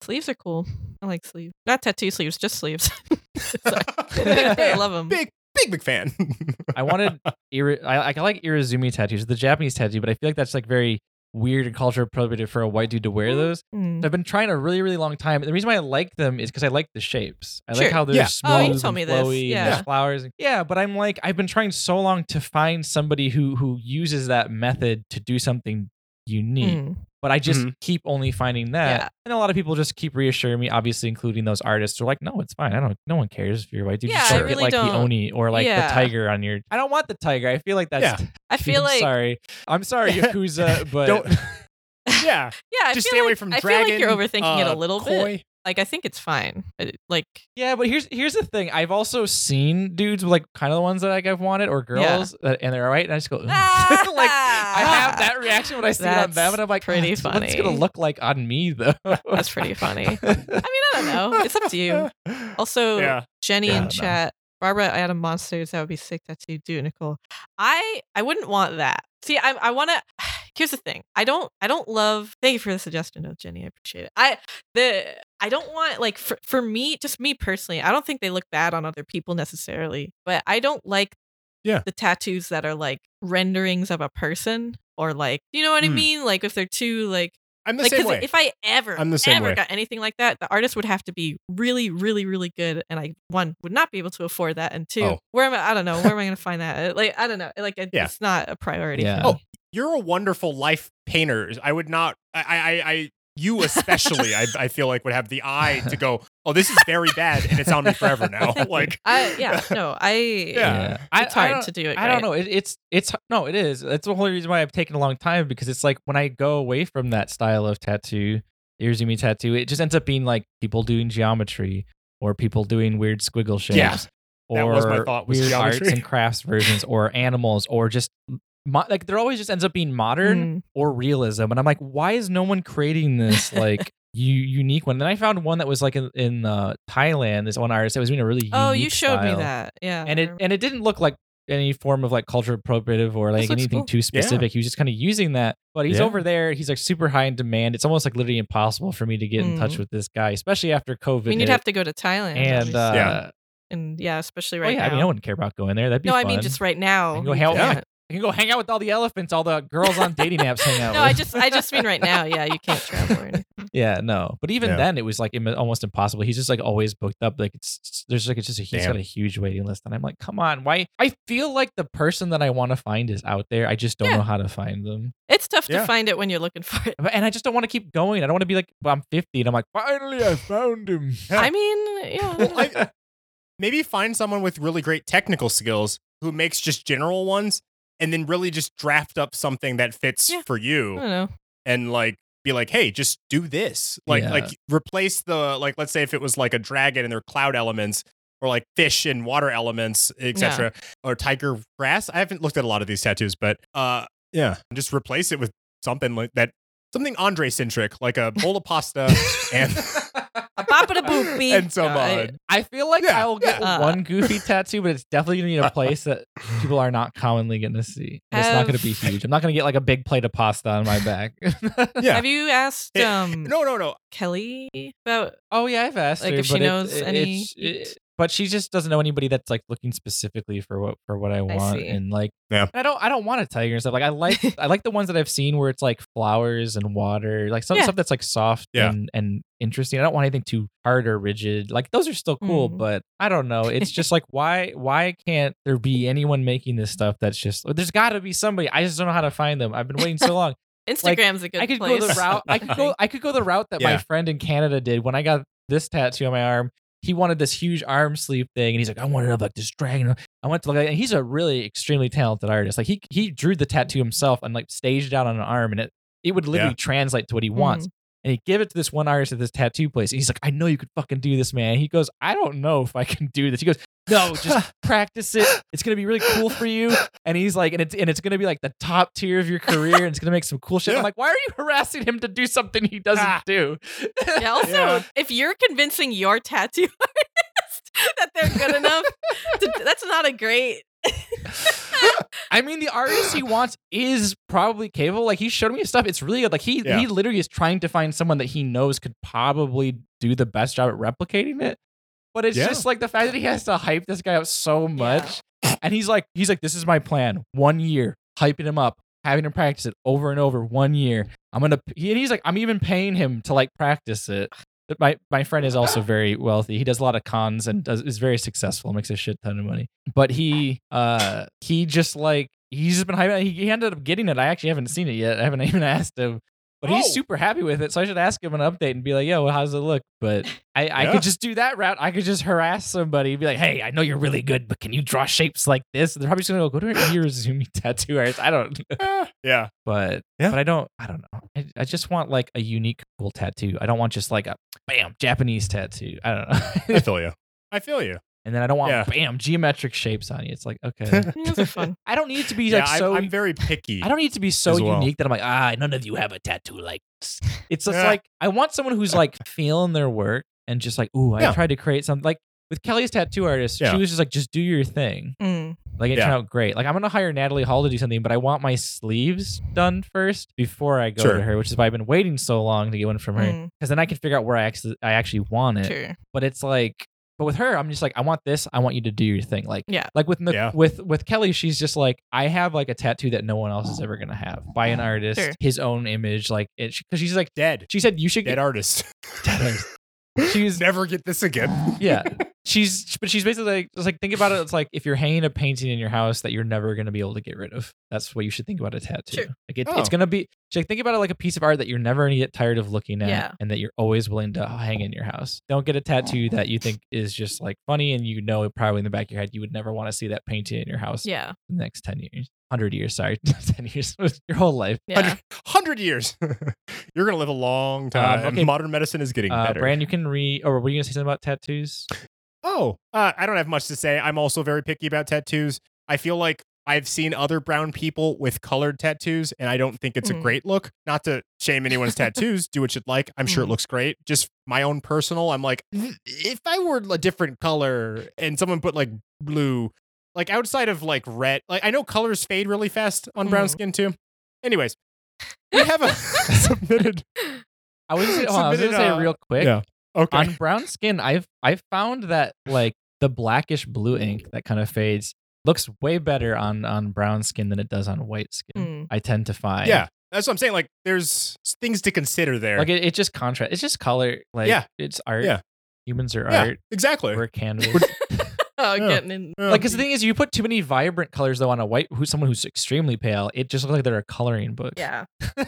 sleeves are cool. I like sleeves. Not tattoo sleeves, just sleeves. [LAUGHS] [LAUGHS] Sorry. I love them. big, big, big fan. [LAUGHS] I wanted iri- I like I like irizumi tattoos, the Japanese tattoo, but I feel like that's like very weird and culture appropriate for a white dude to wear those. Mm, And I've been trying a really really long time. The reason why I like them is because I like the shapes. I Sure. like how they're Yeah. smooth Oh, you told and me this. flowy Yeah. and there's flowers. and- yeah, but I'm like I've been trying so long to find somebody who who uses that method to do something unique but I just Mhm. keep only finding that. Mm. Yeah. And a lot of people just keep reassuring me, obviously including those artists. They're like, no, it's fine. I don't no one cares if you're white. Dude, Yeah, just I don't get really like don't. the Oni or like Yeah. the tiger on your I don't want the tiger. I feel like that's [LAUGHS] I feel I'm like sorry. I'm [LAUGHS] sorry, Yakuza, [LAUGHS] but [LAUGHS] Don't- yeah, yeah, I just feel stay away like- from I dragon. feel like you're overthinking it uh, [LAUGHS] a little bit. koi. Like I think it's fine. I- Like yeah, but here's here's the thing. I've also seen dudes with like kind of the ones that like I've wanted or girls that, and they're white, and I just go, "Ugh." [LAUGHS] like I have that reaction when I see it on them, Ah! That's and I'm like, pretty "Ugh, What's it funny. gonna look like on me though? That's [LAUGHS] pretty funny. I mean, I don't know. It's up [LAUGHS] to you. Also, Yeah, Jenny Yeah, I in don't know. chat. Barbara, I had a monsters. That would be sick. That's you, do Nicole. I I wouldn't want that. See, I I want to. [SIGHS] Here's the thing. I don't I don't love. Thank you for the suggestion, though, Jenny. I appreciate it. I the I don't want like for for me, just me personally. I don't think they look bad on other people necessarily, but I don't like Yeah. the tattoos that are like renderings of a person or like you know what I Hmm. mean. Like if they're too like I'm the like, same 'cause way. If I ever, I'm the same ever way. got anything like that, the artist would have to be really, really, really good, and I one would not be able to afford that, and two, Oh. where am I? I don't know. Where am I [LAUGHS] going to find that? Uh, Like I don't know. Like it- Yeah. Oh, it's not a priority. Yeah. For me. You're a wonderful life painter. I would not. I. I. I you especially, I, I feel like would have the eye to go, oh, this is very bad, and it's on me forever [LAUGHS] now. like, I yeah, no, I Yeah. I, it's I hard don't- to do it. I don't right. know. It, it's it's no, it is. That's the whole reason why I've taken a long time because it's like when I go away from that style of tattoo, Irizumi tattoo, it just ends up being like people doing geometry or people doing weird squiggle shapes. Yeah. Or That was my thought, was weird geometry. arts and crafts versions or animals or just mo- like there always just ends up being modern Mm. or realism and i'm like why is no one creating this like u- unique one then i found one that was like in, in uh, thailand this one artist that was doing a really Oh, unique you showed style me that. Yeah, and I it remember. and it didn't look like any form of like culture appropriative or like looks anything cool. too specific. He was just kind of using that. But he's Yeah. over there. He's like super high in demand. It's almost like literally impossible for me to get in touch Mm. with this guy, especially after COVID. I mean, you'd hit. have to go to Thailand. and obviously. uh, Yeah. and yeah, especially oh, right yeah, now. I mean, I wouldn't care about going there. That'd be no, I fun. mean just right now. can go you hang out- can't. I can go hang out with all the elephants, all the girls on dating apps hang [LAUGHS] out. No, I [LAUGHS] with. just I just mean right now. Yeah, you [LAUGHS] can't travel. Or anything. yeah, no. But even Yeah. then, it was like im- almost impossible. He's just like always booked up. Like it's there's like it's just a, he's Damn. got a huge waiting list, and I'm like, come on, why? I feel like the person that I want to find is out there. I just don't Yeah. know how to find them. It's tough Yeah. to find it when you're looking for it. But- and I just don't want to keep going. I don't want to be like, well, I'm 50 and I'm like, finally [LAUGHS] I found him. Yeah. I mean, yeah, Well, I- [LAUGHS] maybe find someone with really great technical skills who makes just general ones and then really just draft up something that fits Yeah. for I you don't know. and like be like hey just do this like Yeah. like replace the like let's say if it was like a dragon and their cloud elements or like fish and water elements etc or tiger grass i haven't looked at a lot of these tattoos but uh yeah just replace it with something like that something andre centric like a bowl of [LAUGHS] pasta and Bop it a [LAUGHS] boop beep. and some No, I- uh, I feel like Yeah, I will get yeah. one goofy tattoo, but it's definitely gonna be in a place that people are not commonly gonna see. And it's not gonna be Have- huge. I'm not gonna get like a big plate of pasta on my back. [LAUGHS] Yeah. Have you asked Hey, um no no no Kelly about? oh yeah, I've asked Like, her, if she but it- knows it- any it's- it- but she just doesn't know anybody that's like looking specifically for what for what I want, see. and like, Yeah. and I don't I don't want a tiger and stuff. Like I [LAUGHS] like I like the ones that I've seen where it's like flowers and water, like some Yeah. stuff that's like soft Yeah. and and interesting. I don't want anything too hard or rigid. Like those are still cool, Mm. but I don't know. It's just like why why can't there be anyone making this stuff? That's just there's got to be somebody. I just don't know how to find them. I've been waiting so long. Like, Instagram's a good I could place. [LAUGHS] go the route. I could go. I could go the route that my Yeah. friend in Canada did when I got this tattoo on my arm. He wanted this huge arm sleeve thing, and he's like, "I want to have like this dragon." I want to look like, and he's a really extremely talented artist. Like he he drew the tattoo himself and like staged it out on an arm, and it it would literally Yeah. translate to what he wants. And he give it to this one artist at this tattoo place. And he's like, "I know you could fucking do this, man." He goes, "I don't know if I can do this." He goes, "No, just [LAUGHS] practice it. It's gonna be really cool for you. And he's like, and it's and it's gonna be like the top tier of your career, and it's gonna make some cool shit. Yeah. I'm like, why are you harassing him to do something he doesn't Ah. do? Yeah, also, Yeah. if you're convincing your tattoo [LAUGHS] artist that they're good enough, to, that's not a [LAUGHS] great. I mean, the artist he wants is probably capable. Like he showed me his stuff. It's really good. Like he Yeah. he literally is trying to find someone that he knows could probably do the best job at replicating it. But it's Yeah. just like the fact that he has to hype this guy up so much. And he's like, he's like, this is my plan. One year, hyping him up, having him practice it over and over. One year. I'm gonna he, and he's like, I'm even paying him to like practice it. But My my friend is also very wealthy. He does a lot of cons and does, is very successful, makes a shit ton of money. But he uh he just like he's just been hyping. He, he ended up getting it. I actually haven't seen it yet. I haven't [LAUGHS] even asked him. But he's Oh. super happy with it, so I should ask him an update and be like, "Yo, how's it look?" But I, I Yeah. could just do that route. I could just harass somebody and be like, "Hey, I know you're really good, but can you draw shapes like this?" And they're probably just gonna go, "Go to an Irezumi [LAUGHS] tattoo artist." I don't eh, yeah but Yeah. but I don't I don't know. I, I just want like a unique cool tattoo. I don't want just like a bam Japanese tattoo. I don't [LAUGHS] know. I feel you. I feel you. and then I don't want Yeah. bam geometric shapes on you. It's like [LAUGHS] okay, Those are fun. I don't need it to be yeah, like I'm, so. I'm very picky. I don't need it to be so as well. unique that I'm like ah none of you have a tattoo like this. It's just Yeah. like I want someone [LAUGHS] who's like feeling their work and just like ooh I Yeah. tried to create something like. With Kelly's tattoo artist, Yeah. she was just like, just do your thing. Mm. Like it Yeah. turned out great. Like I'm gonna hire Natalie Hall to do something, but I want my sleeves done first before I go Sure. to her, which is why I've been waiting so long to get one from her. Mm. Because then I can figure out where I actually I actually want it. Sure. But it's like, but with her, I'm just like, I want this. I want you to do your thing. Like Yeah. like with Nic- Yeah. with with Kelly, she's just like, I have like a tattoo that no one else is ever gonna have by an artist, Sure. his own image. Like it because she's like, [LAUGHS] dead. [LAUGHS] she said you should [LAUGHS] Dead get artist. She was Never get this again. yeah. [LAUGHS] she's but she's basically like it's like think about it. It's like if you're hanging a painting in your house that you're never gonna be able to get rid of. That's what you should think about a tattoo. Sure. Like it, Oh. it's gonna be she's like think about it like a piece of art that you're never gonna get tired of looking at Yeah. and that you're always willing to hang in your house. Don't get a tattoo that you think is just like funny and you know probably in the back of your head you would never want to see that painting in your house Yeah. for the next ten years. Hundred years, sorry. [LAUGHS] ten years. your whole life. Yeah. Um, 100 years. You're going to live a long time. okay. Modern medicine is getting Uh better. Brand, you can re or were you gonna say something about tattoos? Oh, uh, I don't have much to say. I'm also very picky about tattoos. I feel like I've seen other brown people with colored tattoos, and I don't think it's a Mm. great look. Not to shame anyone's tattoos. Do what you'd like. I'm sure it Mm. looks great. Just my own personal. I'm like, if I were a different color and someone put like blue, like outside of like red, like I know colors fade really fast on brown Mm. skin too. Anyways, we have a [LAUGHS] submitted. I was, just, hold on, I was Submitted, gonna say uh, real quick. yeah. Okay. [LAUGHS] on brown skin i've i've found that like the blackish blue ink that kind of fades looks way better on on brown skin than it does on white skin Mm. i tend to find Hmm. yeah. That's what I'm saying. Like, there's things to consider there. like it, it just contrast it's just color like Yeah. it's art Yeah. humans are Yeah. art exactly. we're canvas We're- [LAUGHS] Oh, uh, Yeah. getting in. Yeah. [LAUGHS] like 'cause the thing is you put too many vibrant colors though on a white who's someone who's extremely pale it just looks like they're a coloring book [LAUGHS] Yeah. [LAUGHS]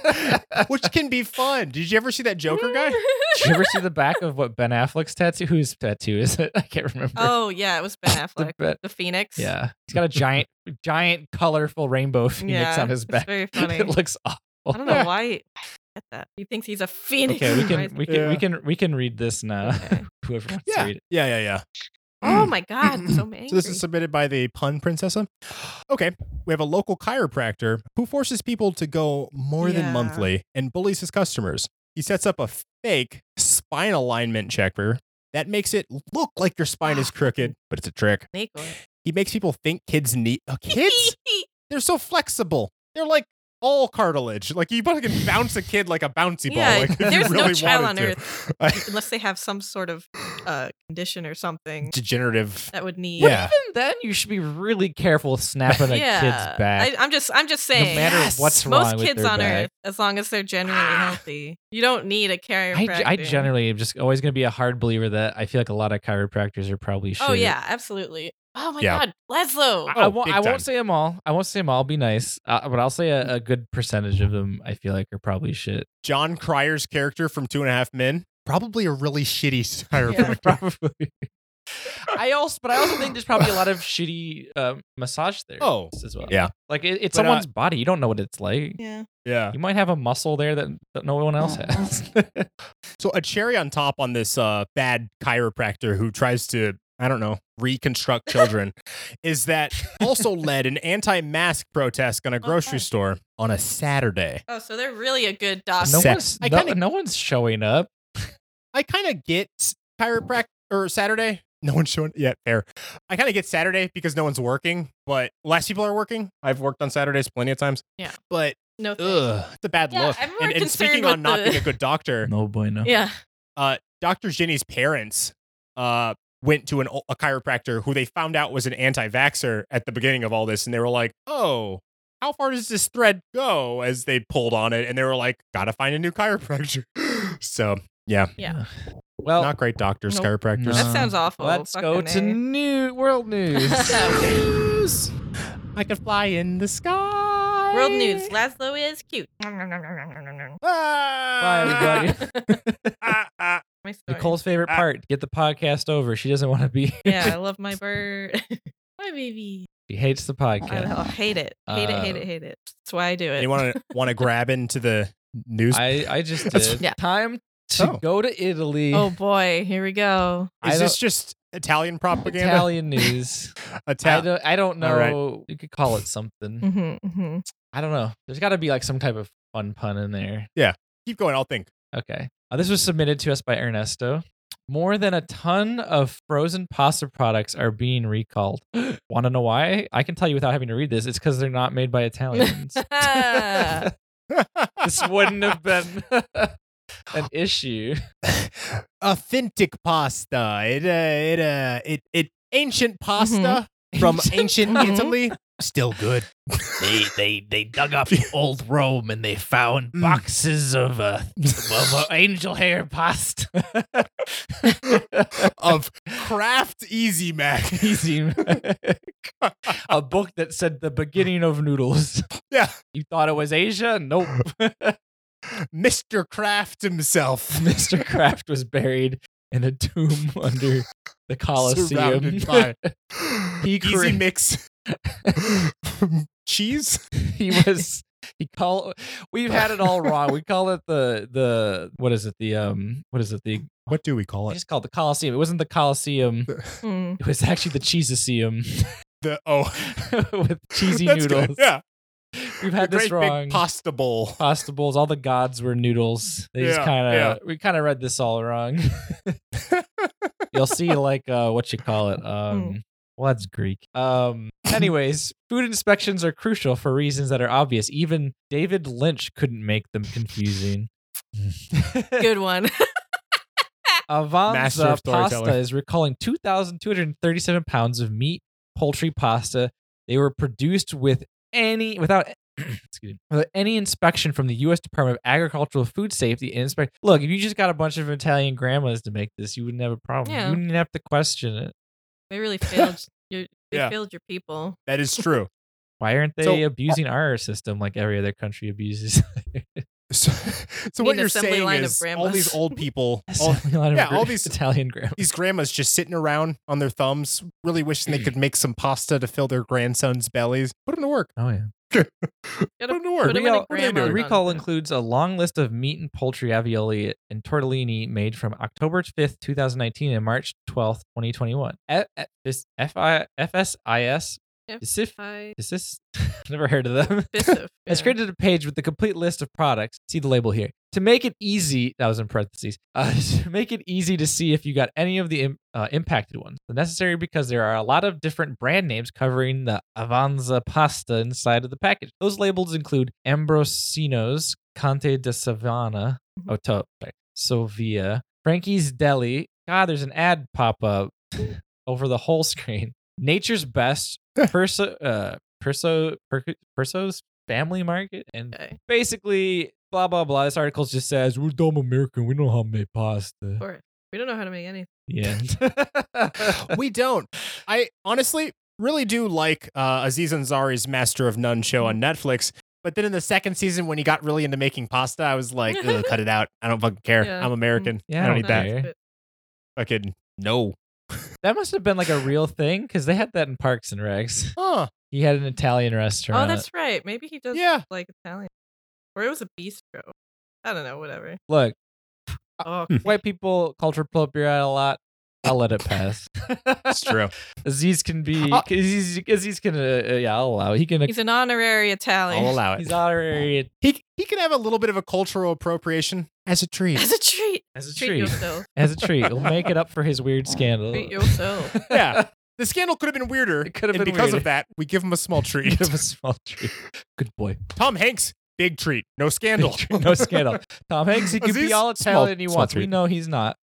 which can be fun. Did you ever see that Joker [LAUGHS] guy? did you ever see the back of what ben affleck's tattoo whose tattoo is it [LAUGHS] i can't remember oh yeah, it was Ben Affleck. The Ben- The Phoenix. Yeah. He's got a giant, giant, colorful rainbow [LAUGHS] phoenix Yeah, on his it's back. [LAUGHS] very funny. it looks awful. I don't [LAUGHS] know why I get that. He thinks he's a phoenix. Okay, we Why is can it- we can we can we can read this now. [LAUGHS] Okay. [LAUGHS] Whoever wants to Yeah, read it. yeah, yeah, yeah. [CLEARS THROAT] Oh my god, so many. So this is submitted by the pun princessa. Okay, we have a local chiropractor who forces people to go more than Yeah. monthly and bullies his customers. He sets up a fake spine alignment checker that makes it look like your spine [GASPS] is crooked, but it's a trick. [LAUGHS] snake oil. He makes people think kids need uh, kids. They're so flexible. They're like all cartilage. Like you can bounce a kid like a bouncy ball. Yeah, like, if you there's no really child wanted on to. [LAUGHS] Unless they have some sort of uh, condition or something [LAUGHS] Degenerative. that would need. Yeah. Even then you should be really careful with snapping Yeah. a kid's back. I, I'm just I'm just no saying. matter yes, Ah. what's wrong most with kids their on back. earth, as long as they're generally healthy, you don't need a I, chiropractor. ge- I generally am just always going to be a hard believer that I feel like a lot of chiropractors are probably shit. Oh yeah, absolutely. Oh my Yeah. god, Laszlo. I, Oh, won't, big I time. won't say them all. I won't say them all. I'll be nice, uh, but I'll say a, a good percentage of them. I feel like are probably shit. John Cryer's character from Two and a Half Men, probably a really shitty chiropractor. [LAUGHS] probably. I also, but I also think there's probably a lot of shitty um, massage therapists Oh, as well. yeah. like it, it's But, uh, someone's body. You don't know what it's like. Yeah. Yeah. You might have a muscle there that, that no one [LAUGHS] else has. [LAUGHS] So a cherry on top on this uh, bad chiropractor who tries to, I don't know, reconstruct children is that also led an anti-mask protest on a grocery Okay. store on a Saturday. Oh, so they're really a good doctor. no Set. one's, I no, kinda- no one's showing up. I kind of get chiropractor or Saturday. [LAUGHS] No one's showing yet. Fair. I kind of get Saturday because no one's working, but less people are working. I've worked on Saturdays plenty of times. Yeah. But No. thanks. ugh, it's a bad Yeah, look. I'm more and, and concerned speaking on with not the- being a good doctor, [LAUGHS] No boy, no. Yeah. Dr. Ginny's parents uh, went to an, a chiropractor who they found out was an anti vaxxer at the beginning of all this. And they were like, oh, how far does this thread go? As they pulled on it. And they were like, gotta find a new chiropractor. [LAUGHS] so, Yeah. Well, not great doctors, Nope. chiropractors. That Uh, sounds awful. let's go to Oh, Fucking new world news. [LAUGHS] News. I could fly in the sky. A. [LAUGHS] World news. Laszlo is cute. Ah! Bye, everybody. [LAUGHS] [LAUGHS] Ah, [LAUGHS] ah. My story. Nicole's favorite Ah. part: get the podcast over. She doesn't want to be. [LAUGHS] [LAUGHS] yeah, I love my bird. [LAUGHS] my baby. she hates the I podcast. know, hate it. Hate it, hate Uh, it, hate it. That's why I do it. Anyone want to grab into the news? I, I just That's- did. Yeah. Time to Oh. go to Italy. [LAUGHS] Oh boy, here we go. I Is don't- this just Italian propaganda? Italian [LAUGHS] news. I Italian. don't. I don't All know. right. You could call it something. hmm hmm I don't know. There's got to be like some type of fun pun in there. Keep going. I'll think. [LAUGHS] Okay. Uh, this was submitted to us by Ernesto. More than a ton of frozen pasta products are being recalled. [GASPS] Want to know why? I can tell you without having to read this. It's because they're not made by Italians. Ah, [LAUGHS] this wouldn't have been an issue. authentic Mm-hmm. [LAUGHS] pasta. It uh, it uh, it it ancient pasta from ancient Mhm. Italy Still good. they they they dug [LAUGHS] up Yeah. old Rome and they found Mm. boxes of uh of, uh, angel hair [LAUGHS] pasta. of Kraft Easy Mac. [LAUGHS] Easy. a book that said the beginning of noodles. Yeah. You thought it was Asia? [LAUGHS] Nope. Mr. Kraft himself. Mr. Kraft was buried in a tomb under the Colosseum. Surrounded by [LAUGHS] He Easy crea- Mix [LAUGHS] cheese. [LAUGHS] he was he call we've had it all wrong. We call it the the what is it? The um what is it? The What do we call I just called it the Colosseum. It wasn't the Colosseum. Hmm. It was actually the Cheeseseum The oh, [LAUGHS] with [LAUGHS] cheesy That's good. noodles. Yeah, We've had the this great wrong. big pasta bowl. Pasta bowls. All the gods were noodles. They just Yeah, kind of yeah. we kind of read this all wrong. [LAUGHS] You'll see like uh what you call it. Hmm. Um well that's Greek. Um anyways, food inspections are crucial for reasons that are obvious. Even David Lynch couldn't make them confusing. Good one. [LAUGHS] Master Avanza of storytelling. pasta is recalling 2,237 pounds of meat, poultry, pasta. They were produced with any without [CLEARS THROAT] excuse me, without any inspection from the U.S. Department of Agricultural Food Safety. And inspect. Look, if you just got a bunch of Italian grandmas to make this, you wouldn't have a problem. Yeah. You wouldn't have to question it. They [LAUGHS] really failed. Your, they Yeah. failed your people. That is true. [LAUGHS] Why aren't they So- uh abusing our system like every other country abuses? [LAUGHS] So, so Need what an you're assembly saying line of is all grandmas. these old [LAUGHS] people, all Assembly line of yeah, all gr- these- [LAUGHS] Italian grandmas. these grandmas just sitting around on their thumbs, really wishing they could make some pasta to fill their grandsons' bellies. Put them to work. Oh yeah. Put Gotta them to put work. 'em in a Recall- What are they doing? The Or recall done. includes a long list of meat and poultry ravioli and tortellini made from October 5th, 2019 and March 12th, 2021. F- F- this FI- FSIS. Yep. Pacif- Hi. [LAUGHS] Pacis- Never heard of them. Bissive. It's Yeah. created a page with the complete list of products. See the label here. To make it easy, that was in parentheses. [LAUGHS] Uh, to make it easy to see if you got any of the im- uh, impacted ones. They're necessary because there are a lot of different brand names covering the Avanza pasta inside of the package. Those labels include Ambrosino's, Conte de Savana, Mhm. Oto, sorry, Sovia, Frankie's Deli. God, there's an ad pop up [LAUGHS] over the whole screen. Nature's Best, Perso, uh, Perso, Perco- Perso's Family Market, and Okay. basically blah blah blah. This article just says we're dumb American. We don't know how to make pasta. Or- We don't know how to make anything. The [LAUGHS] [LAUGHS] end. we don't. I honestly really do like uh, Aziz Ansari's Master of None show on Mm-hmm. Netflix. But then in the second season, when he got really into making pasta, I was like, [LAUGHS] Ugh, cut it out. I don't fucking care. Yeah. I'm American. Yeah, Mm-hmm. I don't I need don't that. know. But Fucking no. that must have been like a real thing because they had that in Parks and Recs. Huh. He had an Italian Oh, restaurant. that's right. Maybe he does [LAUGHS] Yeah. like Italian. Or it was a bistro. I don't know, whatever. Look, Oh, [LAUGHS] white people culture appropriate a lot. I'll let it [LAUGHS] pass. It's true. Aziz can be Uh, Aziz, Aziz can uh, uh, yeah I'll allow it. he can he's an honorary [LAUGHS] Italian. I'll allow he's it. [LAUGHS] honorary He, he can have a little bit of a cultural appropriation as a treat. As a [LAUGHS] treat. as a Treat treat yourself. as a treat we'll make it up for his [LAUGHS] weird [LAUGHS] scandal Treat yourself. [LAUGHS] yeah. The scandal could have been weirder. It could have and been because weirder. of that, we give him a [LAUGHS] small treat. Give him a small treat good boy [LAUGHS] Tom Hanks, big treat. No Big scandal. treat, no scandal [LAUGHS] Tom Hanks he could Aziz, be all small- Italian he small wants we treat. know he's not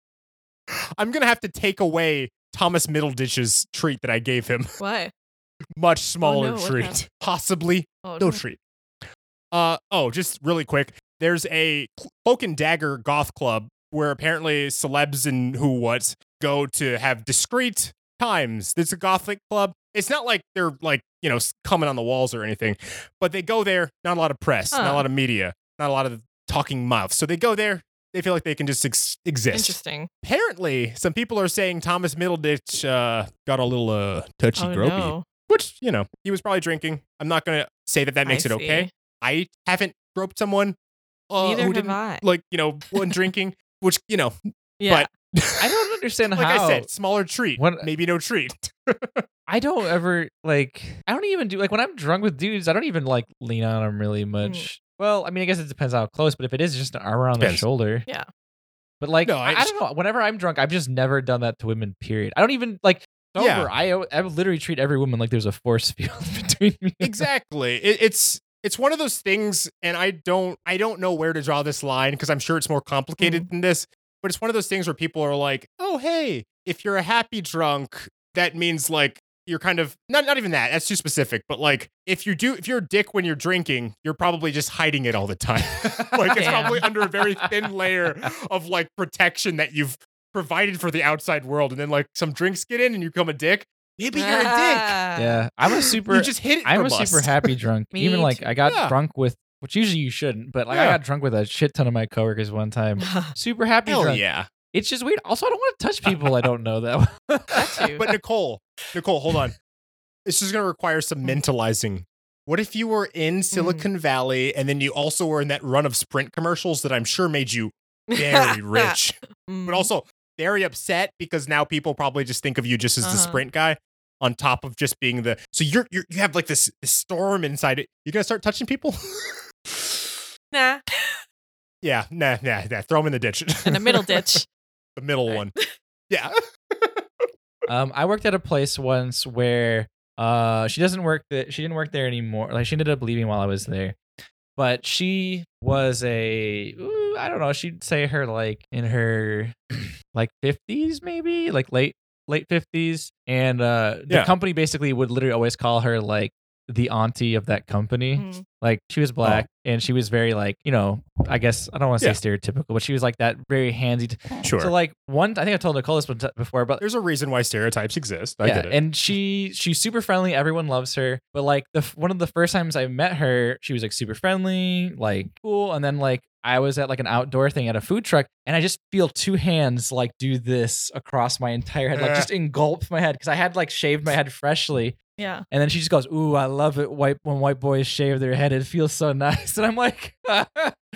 I'm going to have to take away Thomas Middleditch's treat that I gave him. Why? Oh, Much smaller what treat. [LAUGHS] happened? Possibly Oh, no treat. Uh oh, just really quick. There's a cl- cloak and dagger goth club where apparently celebs and who what go to have discreet times. It's a gothic club. It's not like they're like you know s- coming on the walls or anything, but they go there. Not a lot of press. Not Huh. a lot of media. Not a lot of talking mouths. So they go there. They feel like they can just ex- exist. Interesting. Apparently, some people are saying Thomas Middleditch uh, got a little uh, touchy oh, gropey, no. which you know he was probably drinking. I'm not gonna say that that I makes it see. okay. I haven't groped someone uh, Neither who have didn't I. like you know when drinking, which you know. Yeah. I don't [LAUGHS] understand like how I said, smaller treat, What- maybe no treat. I don't ever like. I don't even do like when I'm drunk with dudes. I don't even like lean on them really Hmm. much. Well, I mean, I guess it depends how close. But if it is just an arm around their Depends. shoulder, Yeah. But like, No, I I, I just- don't know. Whenever I'm drunk, I've just never done that to women. Period. I don't even like. Sober, Yeah. I I literally treat every woman like there's a force [LAUGHS] field between me. and exactly. It, it's it's one of those things, and I don't I don't know where to draw this line because I'm sure it's more complicated than this. But it's one of those things where people are like, "Oh, hey, if you're a happy drunk, that means like you're kind of not not even that. That's too specific. But like if you do if you're a dick when you're drinking, you're probably just hiding it all the time. [LAUGHS] like it's Yeah. probably under a very thin layer of like protection that you've provided for the outside world, and then like some drinks get in and you become a dick. Maybe you're a Ah. dick. yeah, I'm a [GASPS] super. You just hit it. I'm from a us. super [LAUGHS] happy drunk. Me Even like I got Yeah. drunk with, which usually you shouldn't, but like I Yeah. got drunk with a shit ton of my coworkers one [LAUGHS] time. [LAUGHS] Super happy Hell drunk. yeah. It's just weird. Also, I don't want to touch people I don't know that. well. too. [LAUGHS] [LAUGHS] But Nicole, Nicole, hold on. This is going to require some mentalizing. What if you were in Silicon Valley and then you also were in that run of Sprint commercials that I'm sure made you [LAUGHS] Mm. very rich, Mm. but also very upset because now people probably just think of you just as the Uh-huh. Sprint guy on top of just being the so you're, you're you have like this, this storm inside it. You're going to start touching people? [LAUGHS] nah, yeah, nah, nah, nah. Throw them in the ditch. in the middle [LAUGHS] ditch. [LAUGHS] the middle Right. one. Yeah. um, I worked at a place once where uh, she doesn't work. That she didn't work there anymore. Like she ended up leaving while I was there. But she was a, ooh, I don't know. She'd say her like in her [CLEARS THROAT] like 50s maybe, like late late 50s, and uh, the Yeah. company basically would literally always call her like the auntie of that company. Mm. Like she Oh. was black and she was very like, you know, I guess I don't want to Yeah. say stereotypical, but she was like that very handsy. T- Sure. So like one, I think I told Nicole this one t- before, but There's a reason why stereotypes exist. I yeah, get it. and she she's super friendly. Everyone loves her. But like the f- one of the first times I met her, she was like super friendly, like cool. And then like I was at like an outdoor thing at a food truck, and I just feel two hands like do this across my entire head, like Yeah. just engulf my head because I had like shaved my head freshly. Yeah. And then she just goes, "Ooh, I love it. White when white boys shave their head, it feels so [LAUGHS] nice." And I'm like, [LAUGHS]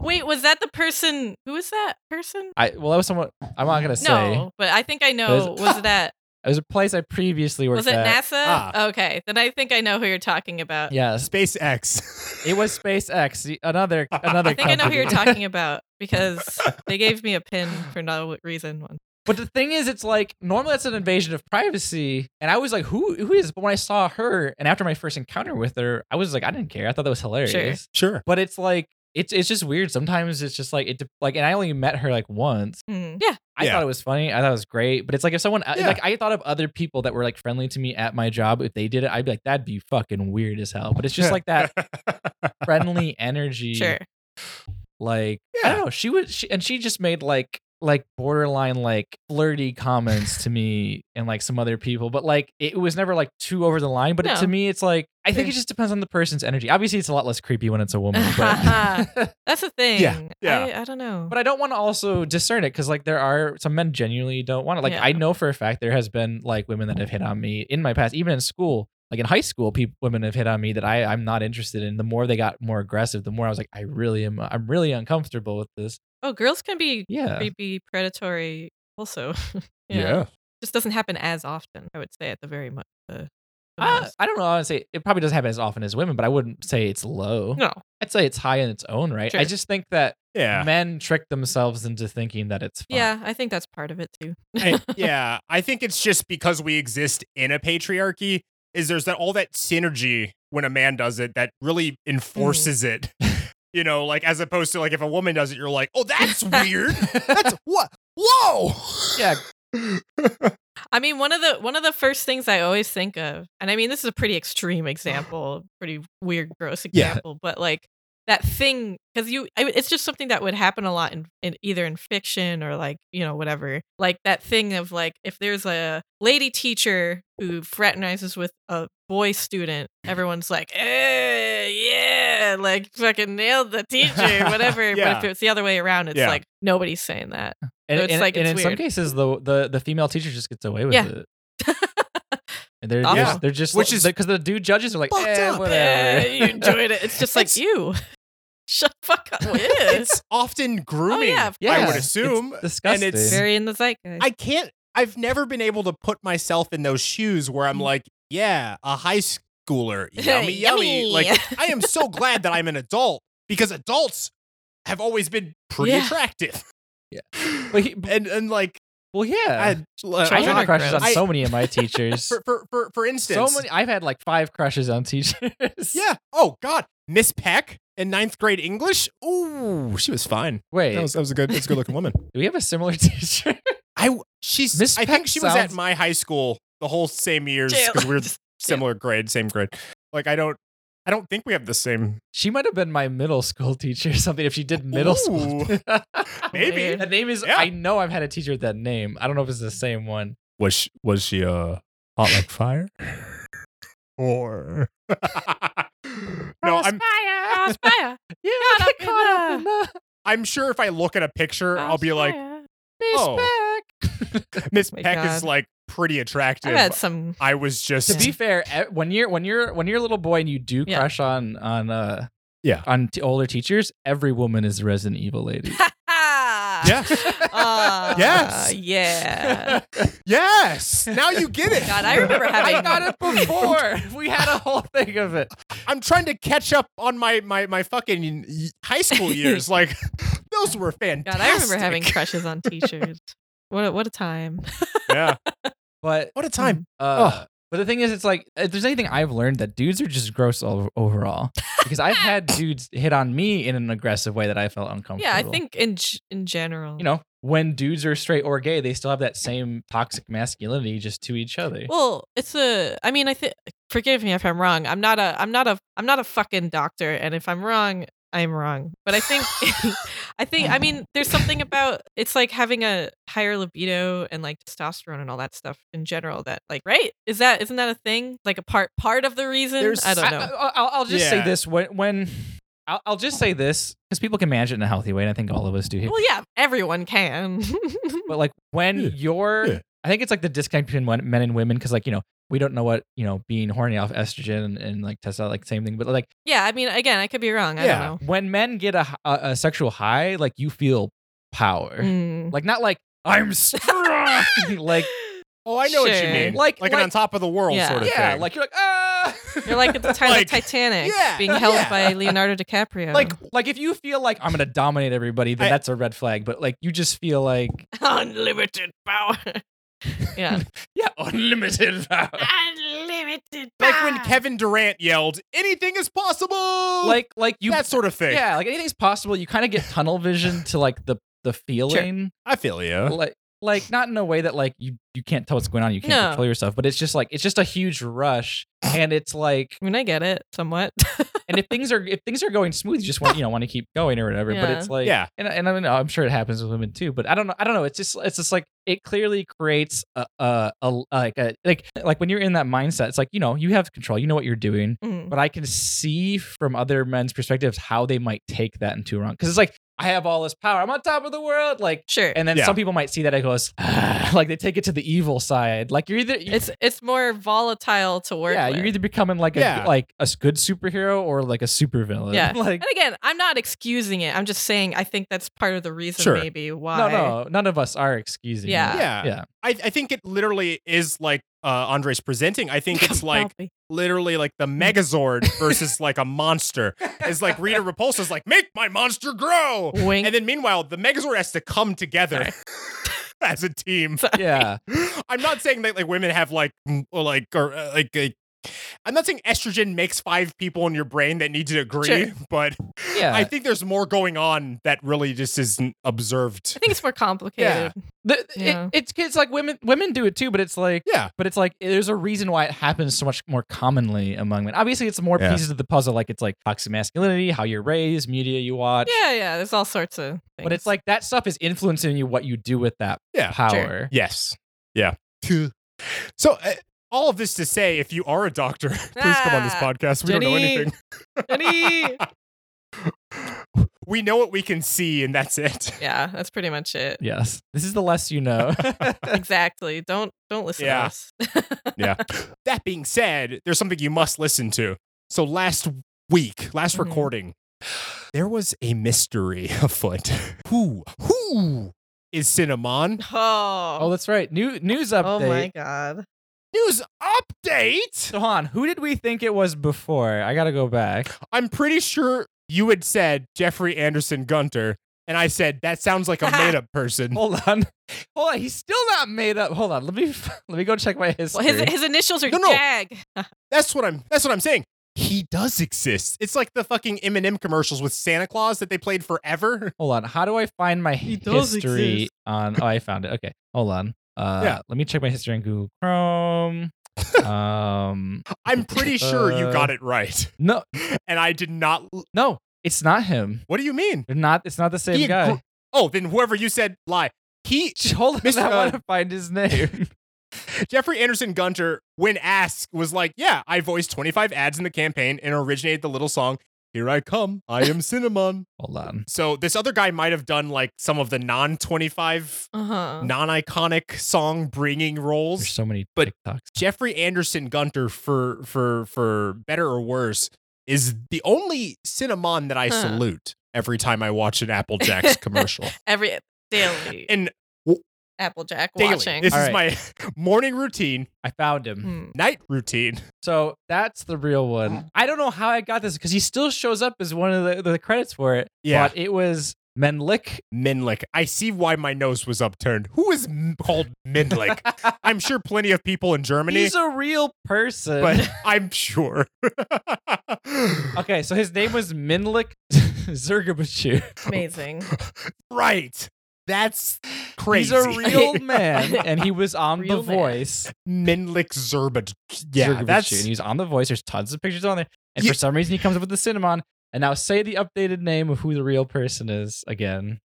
Wait, was that the person? Who was that person? I well, that was someone. I'm not gonna say. No, but I think I know. There's- Was that It was a place I previously [LAUGHS] worked was it at. NASA? Ah. Okay, then I think I know who you're talking about. Yes, SpaceX. it was SpaceX. the- Another another. [LAUGHS] I think I know who [LAUGHS] company. you're talking about because they gave me a pin for no reason. One. But the thing is, it's like normally that's an invasion of privacy, and I was like, "Who? Who is?" But when I saw her, and after my first encounter with her, I was like, "I didn't care. I thought that was hilarious." [LAUGHS] Sure. But it's like it's it's just weird. Sometimes it's just like it de- like, and I only met her like once. Mm, [LAUGHS] Yeah. I Yeah. thought it was funny. I thought it was great. But it's like if someone uh, Yeah. like I thought of other people that were like friendly to me at my job, if they did it, I'd be like, "That'd be fucking weird as hell." But [LAUGHS] it's just like that friendly energy. Sure. Like I Yeah. don't know. She was, she, and she just made like like borderline like flirty comments to me and like some other people, but like it was never like too over the line. But it- No. to me, it's like I think Sure. it just depends on the person's energy. Obviously, it's a lot less creepy when it's a woman, [LAUGHS] but [LAUGHS] That's the thing. Yeah, yeah. I, I don't know. but I don't want to also discern it because like there are some men genuinely don't want it. Like Yeah. I know for a fact there has been like women that have hit on me in my past, even in school. Like in high school, people women have hit on me that I I'm not interested in. The more they got more aggressive, the more I was like, I really am. I'm really uncomfortable with this. oh, girls can be Yeah. creepy, predatory also. [LAUGHS] Just doesn't happen as often, I would say, at the very much. Uh, the Uh, most. I don't know. I would say it probably doesn't happen as often as women, but I wouldn't say it's low. no. I'd say it's high in its own right. I Sure. just think that [LAUGHS] Yeah. men trick themselves into thinking that it's fun. Yeah, I think that's part of it too. I- yeah. I think it's just because we exist in a patriarchy is there's that all that synergy when a man does it that really Mm-hmm. enforces [LAUGHS] it. You know, like as opposed to like if a woman does it, you're like, oh, [LAUGHS] that's weird. that's what? Whoa. [LAUGHS] Yeah. I mean, one of the one of the first things I always think of, and I mean, this is a pretty extreme example, pretty weird, gross Yeah. example, but like that thing because you, I, it's just something that would happen a lot in, in either in fiction or like you know whatever, like that thing of like if there's a lady teacher who fraternizes with a boy student, everyone's like, "Eh, yeah, like fucking nailed [LAUGHS] the teacher, whatever. Yeah. But if it's the other way around, it's Yeah. like nobody's saying that. And, So it's and- like, and it's in some weird. cases, the, the the female teacher just gets away with Yeah. it. And they're, Awful. just, they're just Which is because the dude judges are like, fucked eh, up. whatever. [LAUGHS] Eh, [LAUGHS] you enjoyed it. It's just like It's- you. [LAUGHS] Shut the fuck [LAUGHS] up. It is. It's Oh, often grooming, yeah, of I Yeah. would assume. It's disgusting. it's- Very in the zeitgeist. I can't. I've never been able to put myself in those shoes where Mm. I'm like, yeah, a high [LAUGHS] schooler, yummy, yummy. Like, I am so glad that I'm an adult because adults have always been pretty Yeah. attractive. [LAUGHS] Yeah. But he- and and like well, yeah, I, like, I, Children had are crushes on gross. so many of my teachers. for, for for for so instance, many. I've had like five crushes on teachers. yeah. Oh God, Miss Peck in ninth grade English. Ooh, she was fine. [LAUGHS] Wait, That was that was a good, that was a good looking woman. do we have a similar [LAUGHS] teacher? I she's Miss I Peck think she was sounds- at my high school the whole same years Jail. [LAUGHS] because we're Just similar grade, same grade. Like I don't, I don't think we have the same. She might have been my middle school teacher or something if she did [LAUGHS] middle school. [LAUGHS] Maybe That name is Yeah. I know I've had a teacher with that name. I don't know if it's the same [LAUGHS] one. was she, was she uh hot like [LAUGHS] fire or no? I'm Crossfire. Crossfire. Yeah, Got I up in [LAUGHS] I'm sure if I look at a picture, [LAUGHS] I'll be like Crossfire. Oh. [LAUGHS] Miss my Peck is God. like pretty attractive. I've had some. I was just To be fair, e- when you're when you're when you're a little boy and you do Yeah. crush on on uh Yeah. on t- older teachers, every woman is a Resident Evil lady. yeah. yeah. [LAUGHS] Uh, Yes. [LAUGHS] Yeah. Yes. Now you get it. [LAUGHS] God, I [LAUGHS] remember [LAUGHS] having. I got it before. [LAUGHS] we had a whole thing of it. I'm trying to catch up on my my my fucking y- high school years. Like those were fantastic. God, I remember having crushes on teachers. What a, what a time. Yeah. But [LAUGHS] What a time. Uh, But the thing is, it's like if there's anything I've learned that dudes are just gross o- overall because [LAUGHS] I've had dudes hit on me in an aggressive way that I felt uncomfortable. Yeah, I think in g- in general. you know when dudes are straight or gay, they still have that same toxic masculinity just to each other. [LAUGHS] Well, it's a. I mean, I think. Forgive me if I'm wrong. I'm not a. I'm not a. I'm not a fucking doctor. And if I'm wrong, I'm wrong. But I think. [LAUGHS] I think. I mean, there's [LAUGHS] something about it's like having a higher libido and like testosterone and all that stuff in general. That like, right? Is that isn't that a thing? Like a part part of the reason? There's- uh, I don't know. I, will I'll just say Yeah. this when when I'll, I'll just say this because people can manage it in a healthy way, and I think all of us do here. well, yeah, everyone can. [LAUGHS] but like when Yeah, you're yeah. i think it's like the disconnect between men men and women because like you know we don't know what you know being horny off estrogen and, and like testosterone like same thing but like yeah, I mean, again, I could be wrong. I Yeah. [LAUGHS] don't when men get a, a, a sexual high like you feel power know. Mm. like not like i'm strong like Oh, I know what you Sure. mean. Like- like, an like- on top of the world Yeah. sort of yeah thing. like you're like ah You're like [LAUGHS] at the time Like, of Titanic yeah, [LAUGHS] being held yeah. by Leonardo [LAUGHS] DiCaprio. like like if you feel like i'm gonna dominate everybody then I- that's a red flag but like you just feel like [LAUGHS] unlimited power. yeah. yeah unlimited power unlimited Like when Kevin Durant yelled, "Anything is possible." like like you that sort of thing. yeah like anything's possible you kind of get tunnel vision to like the the feeling I feel you. like like not in a way that like you you can't tell what's going on you can't No. control yourself but it's just like it's just a huge rush and it's like I mean, I get it somewhat. [LAUGHS] and if things are if things are going smooth you just want you know want to keep going or whatever but Yeah. it's like Yeah. and, and I mean I'm sure it happens with women too but I don't know I don't know it's just it's just like it clearly creates a a, a like a like like when you're in that mindset it's like you know you have control you know what you're doing Mm. but I can see from other men's perspectives how they might take that into wrong because it's like I have all this power I'm on top of the world like Sure. and then Yeah. some people might see that it goes [SIGHS] "Ah," like they take it to the evil side. Like you're either it's it's more volatile to work yeah, with. you're either becoming like a Yeah. like a good superhero or like a supervillain. Yeah. [LAUGHS] like and again, I'm not excusing it. I'm just saying I think that's part of the reason Sure. maybe why. no, [LAUGHS] no, none of us are excusing. Yeah. it. Yeah. yeah. I, I think it literally is like uh, Andres presenting. I [LAUGHS] think it's like Probably. literally like the Megazord versus like a monster. It's like Rita Repulsa's like, make my monster grow. wink. And then meanwhile, the Megazord has to come together [LAUGHS] as a team. [LAUGHS] yeah. I'm not saying that like women have like m- or like or uh, like. like I'm not saying estrogen makes five people in your brain that need to agree, Sure. but Yeah. I think there's more going on that really just isn't I observed. think it's more complicated. The- Yeah. It, it's it's like women women do it too, but it's like Yeah. but it's like there's a reason why it happens so much more commonly among men. Obviously, it's more Yeah. pieces of the puzzle. Like it's like toxic masculinity, how you're raised, media you watch. Yeah, yeah. There's all sorts of things. But it's like that stuff is influencing you what you do with that Yeah. power. Yes. Yeah. So, uh, all of this to say, if you are a doctor, [LAUGHS] please come on this Ah, podcast. We don't know Jenny. anything. Jenny. we know what we can see, and that's it. yeah, that's pretty much it. Yes. This is the less [LAUGHS] you know. Exactly. Don't don't listen Yeah. to us. [LAUGHS] That being said, there's something you must listen to. So, last week, last Mhm. recording, there was a mystery [LAUGHS] afoot. Who, who is Cinnamon? Oh. oh, that's right. New news update. oh my god. News update. So Han, who did we think it was before? I gotta go back. I'm pretty sure you had said Jeffrey Anderson Gunter, and I said that sounds like a made up person. Hold on, hold on. He's still not made up. Hold on. Let me [LAUGHS] let me go check my Well, history. his his initials are No, no. JAG. That's what I'm. That's what I'm saying. He does exist. It's like the fucking Eminem commercials with Santa Claus that they played forever. [LAUGHS] hold on. How do I find my He does history exist. on? Oh, I found it. Okay. Hold on. Uh, Yeah. Let me check my history on Google Chrome. um, I'm pretty sure you Uh, got it right. no, And I did not. no, it's not him. What do you mean? They're not. It's not the same He guy. agr- oh, then whoever you said lie. He [LAUGHS] Hold on, Mr. I uh, want to find his name. Jeffrey Anderson Gunter, when asked, was like, "Yeah, I voiced 25 ads in the campaign and originated the little song." Here I come, I am Cinnamon. Hold on. So this other guy might have done like some of the non-25, Uh huh. non-iconic song bringing roles. There's so many But- TikToks. Jeffrey Anderson Gunter, for for for better or worse, is the only Cinnamon that I Huh. salute every time I watch an Apple [LAUGHS] Jacks commercial. Every daily And Applejack daily, watching. this All is right. my [LAUGHS] morning routine, I found him. Hmm. [LAUGHS] night routine. So that's the real one. I don't know how I got this because he still shows up as one of the, the credits for it. Yeah. But it was Menlik. Minlick. I see why my nose was upturned. Who is m- called [LAUGHS] Minlick? I'm sure plenty of people in Germany, He's a real person. but [LAUGHS] I'm sure. [LAUGHS] okay, so his name was [LAUGHS] Minlik Zergabachu. Amazing. Right. That's He's crazy. a real man, and he was on Real The man. Voice. Minlick Zerbad. Yeah, Zergabachu, and that's he was on The Voice. There's tons of pictures on there, and Yeah. for some reason he comes up with the Cinnamon. And now say the updated name of who the real person is again.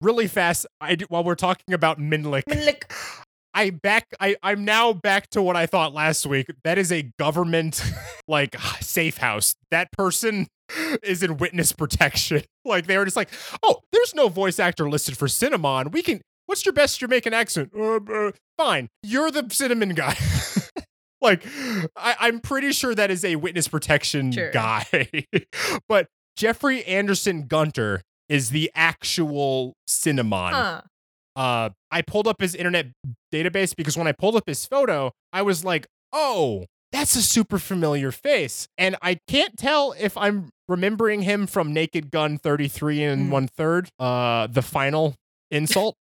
really fast. I do, while we're talking about Minlick, I back I I'm now back to what I thought last week. That is a government [LAUGHS] like safe house. That person is in witness protection. [LAUGHS] Like they were just like, "Oh, there's no voice actor listed for Cinnamon. We can What's your best Jamaican accent? Uh, uh, fine. You're the cinnamon guy." [LAUGHS] like I I'm pretty sure that is a witness protection Sure. guy. [LAUGHS] but Jeffrey Anderson Gunter is the actual Cinnamon Huh. uh, I pulled up his internet database because when I pulled up his photo, I was like, oh, that's a super familiar face. And I can't tell if I'm remembering him from Naked Gun 33 and Mm. one third, uh, the final insult,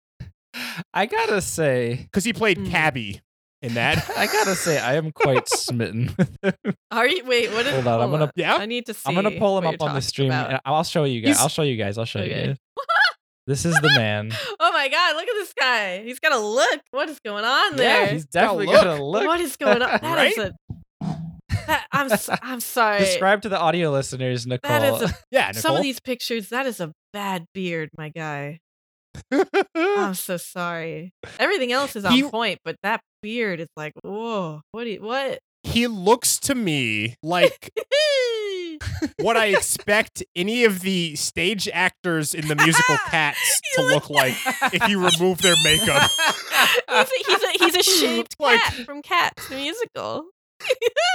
I gotta say, because he played Mm. Cabby in that. [LAUGHS] I gotta say, I am quite smitten. Are you? Wait. What? Is, Hold on, I'm gonna- Yeah. [LAUGHS] I need to see. I'm gonna pull him what up you're on the talking stream. about. And I'll show you guys. He's- I'll show you guys. I'll show Okay. you. guys. [LAUGHS] This is the [LAUGHS] man. Oh my god! Look at this guy. He's got a look. What is going on yeah, there? he's definitely look. gonna look. What is going [LAUGHS] on? That is Right? a. That, I'm s- I'm sorry. Describe to the audio listeners, Nicole. that is a, Yeah, Nicole. some [LAUGHS] of these pictures. That is a bad beard, [LAUGHS] my guy. I'm so sorry. Everything else is on He- point, but that beard is like, whoa. What? Do you, what? [LAUGHS] he looks to me like [LAUGHS] what I expect any of the stage actors in the [LAUGHS] musical Cats to You look- look [LAUGHS] like if you remove their makeup. he's, a, he's a he's a shaped Like- cat from Cats the musical. [LAUGHS]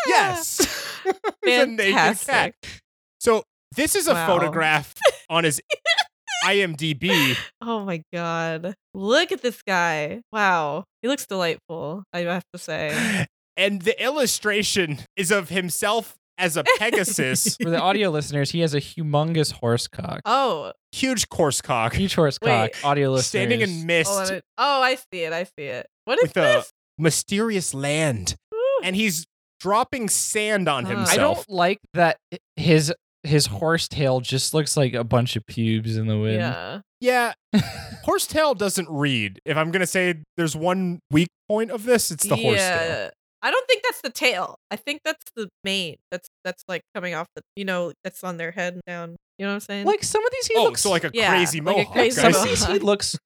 Yes. He's a naked cat. Fantastic. So this is a Wow. photograph on [LAUGHS] his IMDb. Oh my god! Look at this guy. Wow, he looks delightful. I have to say. [SIGHS] And the illustration is of himself as a [LAUGHS] Pegasus, [LAUGHS] For the audio listeners, he has a humongous horse cock. Oh, huge course cock, Huge horse cock. Wait. Audio listeners. standing in mist, hold on. Oh, I see it. I see it. What is With the- this? mysterious land. Ooh. And he's dropping sand on Ah. himself. I don't like that his his horse tail just looks like a bunch of pubes in the wind. Yeah. [LAUGHS] yeah, horsetail doesn't read. If I'm going to say there's one weak point of this, it's the horsetail. Yeah. I don't think that's the tail. I think that's the mane. That's that's like coming off the you know that's on their head and down. You know what I'm saying? Like some of these, he Oh, looks so like a yeah, crazy like a mohawk. [LAUGHS] crazy some guys. of mohawk. these [LAUGHS] he looks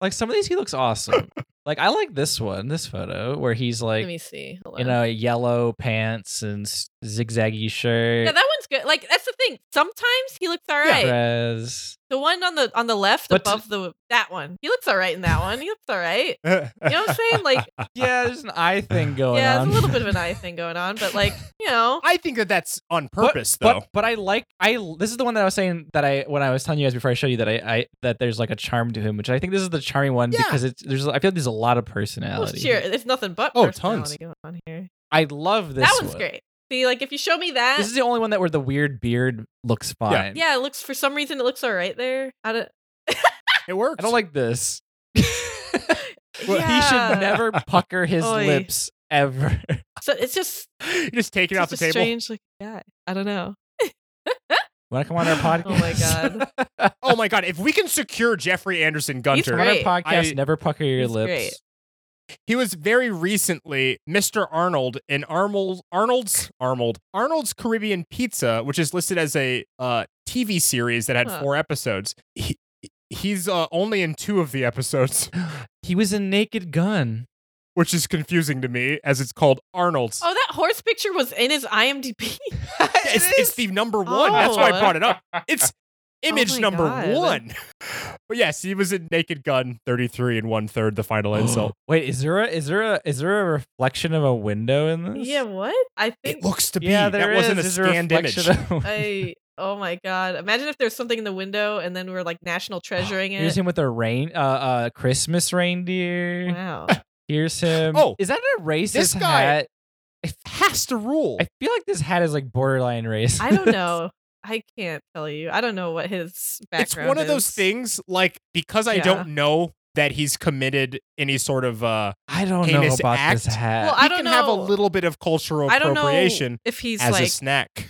like some of these he looks awesome. like I like this one, this photo where he's Let me like see. Hold in on. a yellow pants and s- zigzaggy shirt. yeah, that one's good. Like that's the thing. Sometimes he looks all Yeah. right. [LAUGHS] Perez. The one on the on the left But- above the that one, he looks all right in that one. He looks all right. [LAUGHS] You know what I'm saying? Like Yeah, there's an eye [LAUGHS] thing going yeah, on. it's a little bit of an eye thing going on, but like you know, [LAUGHS] I think that that's on [LAUGHS] But- purpose, but, though. But, I like I this is the one that I was saying that I when I was telling you guys before I showed you that I, I that there's like a charm to him, which I think this is the charming one Yeah. because it's there's I feel like there's a lot of well, personality. Oh, sure, it's nothing but Oh, personality going on here. I love this. that one's one. great. See, like if you show me that, This is the only one that where the weird beard looks fine. yeah, it looks for some reason it looks all right there. I don't. it works. I don't like this. Well, yeah. He should never [LAUGHS] pucker his Oy. lips ever. [LAUGHS] So it's just [GASPS] You just take it off such the a table. strange looking guy. I don't know. Want to come on our podcast? [LAUGHS] Oh my god, Oh my god! If we can secure Jeffrey Anderson Gunter, on great. our podcast, I- never pucker your He's lips. great. He was very recently Mr. Arnold in Arnold Arnold's Arnold Arnold's Caribbean Pizza, which is listed as a uh, TV series that had Huh. four episodes. He, he's uh, only in two of the episodes, He was in Naked Gun. which is confusing to me as it's called Arnold's. Oh, that horse picture was in his IMDb. [LAUGHS] it's, it's the number one. That's why I Oh. brought it up. [LAUGHS] It's image my number God. one. But yes, he was in Naked Gun 33 and one third, the [GASPS] final insult. Wait, is there a is there a is there a reflection of a window in this? yeah, what? I It think looks to be. yeah, that there wasn't a is. There's scanned image. reflection [LAUGHS] of- I. Oh my god! Imagine if there's something in the window, and then we're like [GASPS] national treasuring Here's it. him with a rain, uh, uh, Christmas reindeer. Wow. Here's him. Oh, is that a racist this guy- hat? Has to rule. I feel like this hat is like borderline racist. I [LAUGHS] don't know. I can't tell you. I don't know what his it's background. one of those is. things, like, because I Yeah. don't know that he's committed any sort of. uh I don't know Heinous about act. this hat. Well, He I don't can have a know. little bit of cultural I don't know appropriation if he's as a like snack.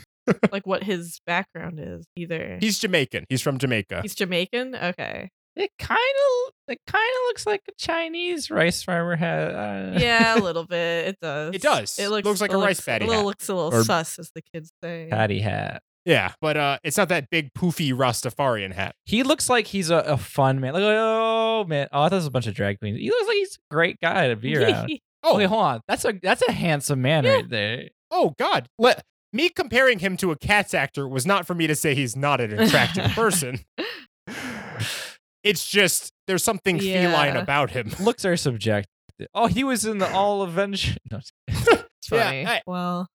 like what his background is either. He's Jamaican. He's from Jamaica. He's Jamaican. Okay. it kind of it kind of looks like a Chinese rice farmer hat. [LAUGHS] Uh, Yeah, a little bit. It does. It does. It looks, Looks like it a rice paddy It little- hat. looks a little Or- sus, as the kids say. [LAUGHS] patty hat. yeah, but uh it's not that big, poofy Rastafarian hat. He looks like he's a, a fun man. Like, oh man, oh, I thought it was a bunch of drag queens. He looks like he's a great guy [LAUGHS] to be around. Oh, Wait, hold on. That's a that's a handsome man Yeah. right there. oh God. Let me comparing him to a cat's actor was not for me to say he's not an [LAUGHS] attractive person. It's just there's something feline Yeah. about him. Looks are subjective. Oh, he was in the All Avengers. [LAUGHS] No, I'm just kidding. It's Yeah, funny. I- well,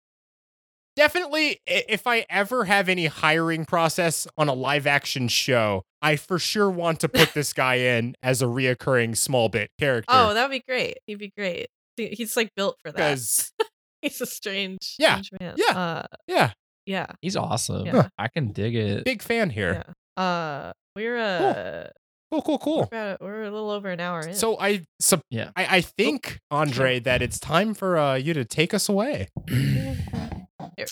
Definitely, i- if I ever have any hiring process on a live action show, I for sure want to put this guy in as a reoccurring small bit character. oh, that would be great. He'd be great. He- He's like built for that. because [LAUGHS] He's a strange, Yeah, strange man. yeah, Uh, yeah, yeah. He's awesome. Yeah. I can dig it. big fan here. Yeah. Uh, we're uh, Cool, cool, we're, cool. about, we're a little over an hour in. So I, sup Yeah. I, I think Andre that it's time for uh, you to take us away. Here.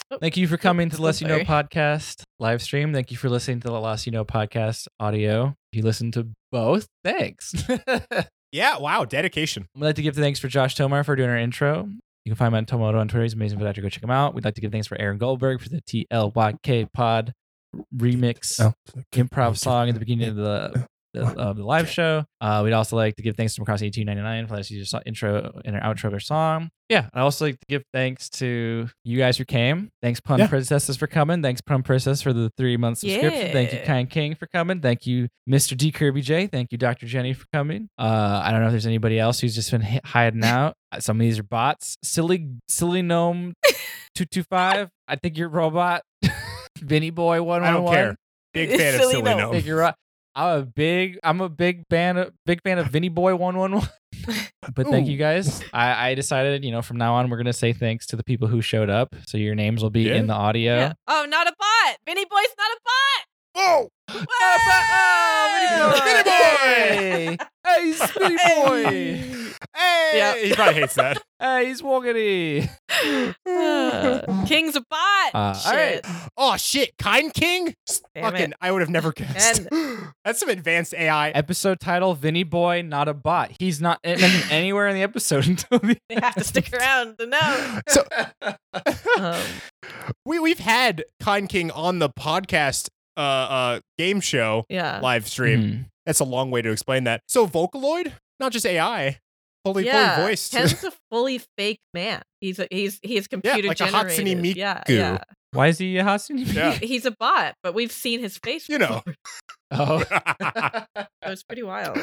Oh, [CLEARS THROAT] Thank you for coming to the so Less You Know sorry. podcast live stream. Thank you for listening to the Less You Know podcast audio. If you listen to both, thanks. [LAUGHS] I'd Yeah, wow, dedication. like to give thanks for Josh Tomar for doing our intro. You can find him on Tomoto on Twitter. He's an amazing for that. Go check him out. We'd like to give thanks for Aaron Goldberg for the TLYK pod remix Oh, improv song at the beginning of the the, uh, the live show. Uh, we'd also like to give thanks to Macross 1899 for letting us use your so- intro and our outro of our song. Yeah, I'd also like to give thanks to you guys who came. Thanks, Plum Yeah. Princesses, for coming. Thanks, Plum Princess, for the three month subscription. Thank you, Yeah. Kind King, for coming. Thank you, Mr. D. Kirby J. Thank you, Dr. Jenny, for coming. Uh, I don't know if there's anybody else who's just been hi- hiding out. Uh, Some of these are bots. Silly, silly gnome 225. I think you're a robot. [LAUGHS] Vinny Boy 111 I don't care. Big fan of Silly Silly Gnome. Gnome. figure out. I'm a big, I'm a big fan, of, big fan of Vinny Boy One One [LAUGHS] One. But thank Ooh. you guys. I, I decided, you know, from now on, we're gonna say thanks to the people who showed up. So your names will be Yeah. in the audio. yeah. Oh, not a bot. Vinny Boy's not a bot. Whoa! Whoa! Vinny Boy! Hey, hey, he's Vinny Boy. Hey! Yeah. He probably hates [LAUGHS] that. Hey, he's Woggity. [SIGHS] Uh, King's a bot. Uh, all right. Shit. oh shit, Kind King? Damn Fucking, it. I would have never guessed. [GASPS] That's some advanced AI. Episode title: Vinny Boy, not a bot. He's not mentioned anywhere in [LAUGHS] the episode [LAUGHS] until the. They have to stick around to [LAUGHS] know. So [LAUGHS] [LAUGHS] Um, we we've had Kind King on the podcast uh uh game show yeah. Mm-hmm. live stream. That's a long way to explain that. So Vocaloid, not just AI, fully yeah. fully voiced. Ken's a fully fake man. He's a, he's he's computer like a Hatsune generated. Miku. Yeah, yeah. Hmm. Why is he a [LAUGHS] hostage? Yeah. He- he's a bot, but we've seen his face. You know. before. [LAUGHS] Oh. it was [LAUGHS] pretty wild.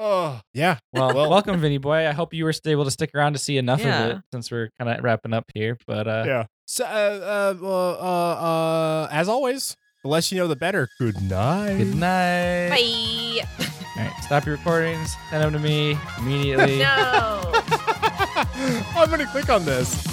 oh yeah. Well, Well- welcome, Vinny boy. I hope you were able to stick around to see enough Yeah. of it since we're kind of wrapping up here. But uh, Yeah. So, uh, uh, uh, uh, uh, as always, the less you know, the better. Good night. good night. Bye. All right, stop your [LAUGHS] recordings. Send them to me immediately. No. Oh, I'm gonna click on this.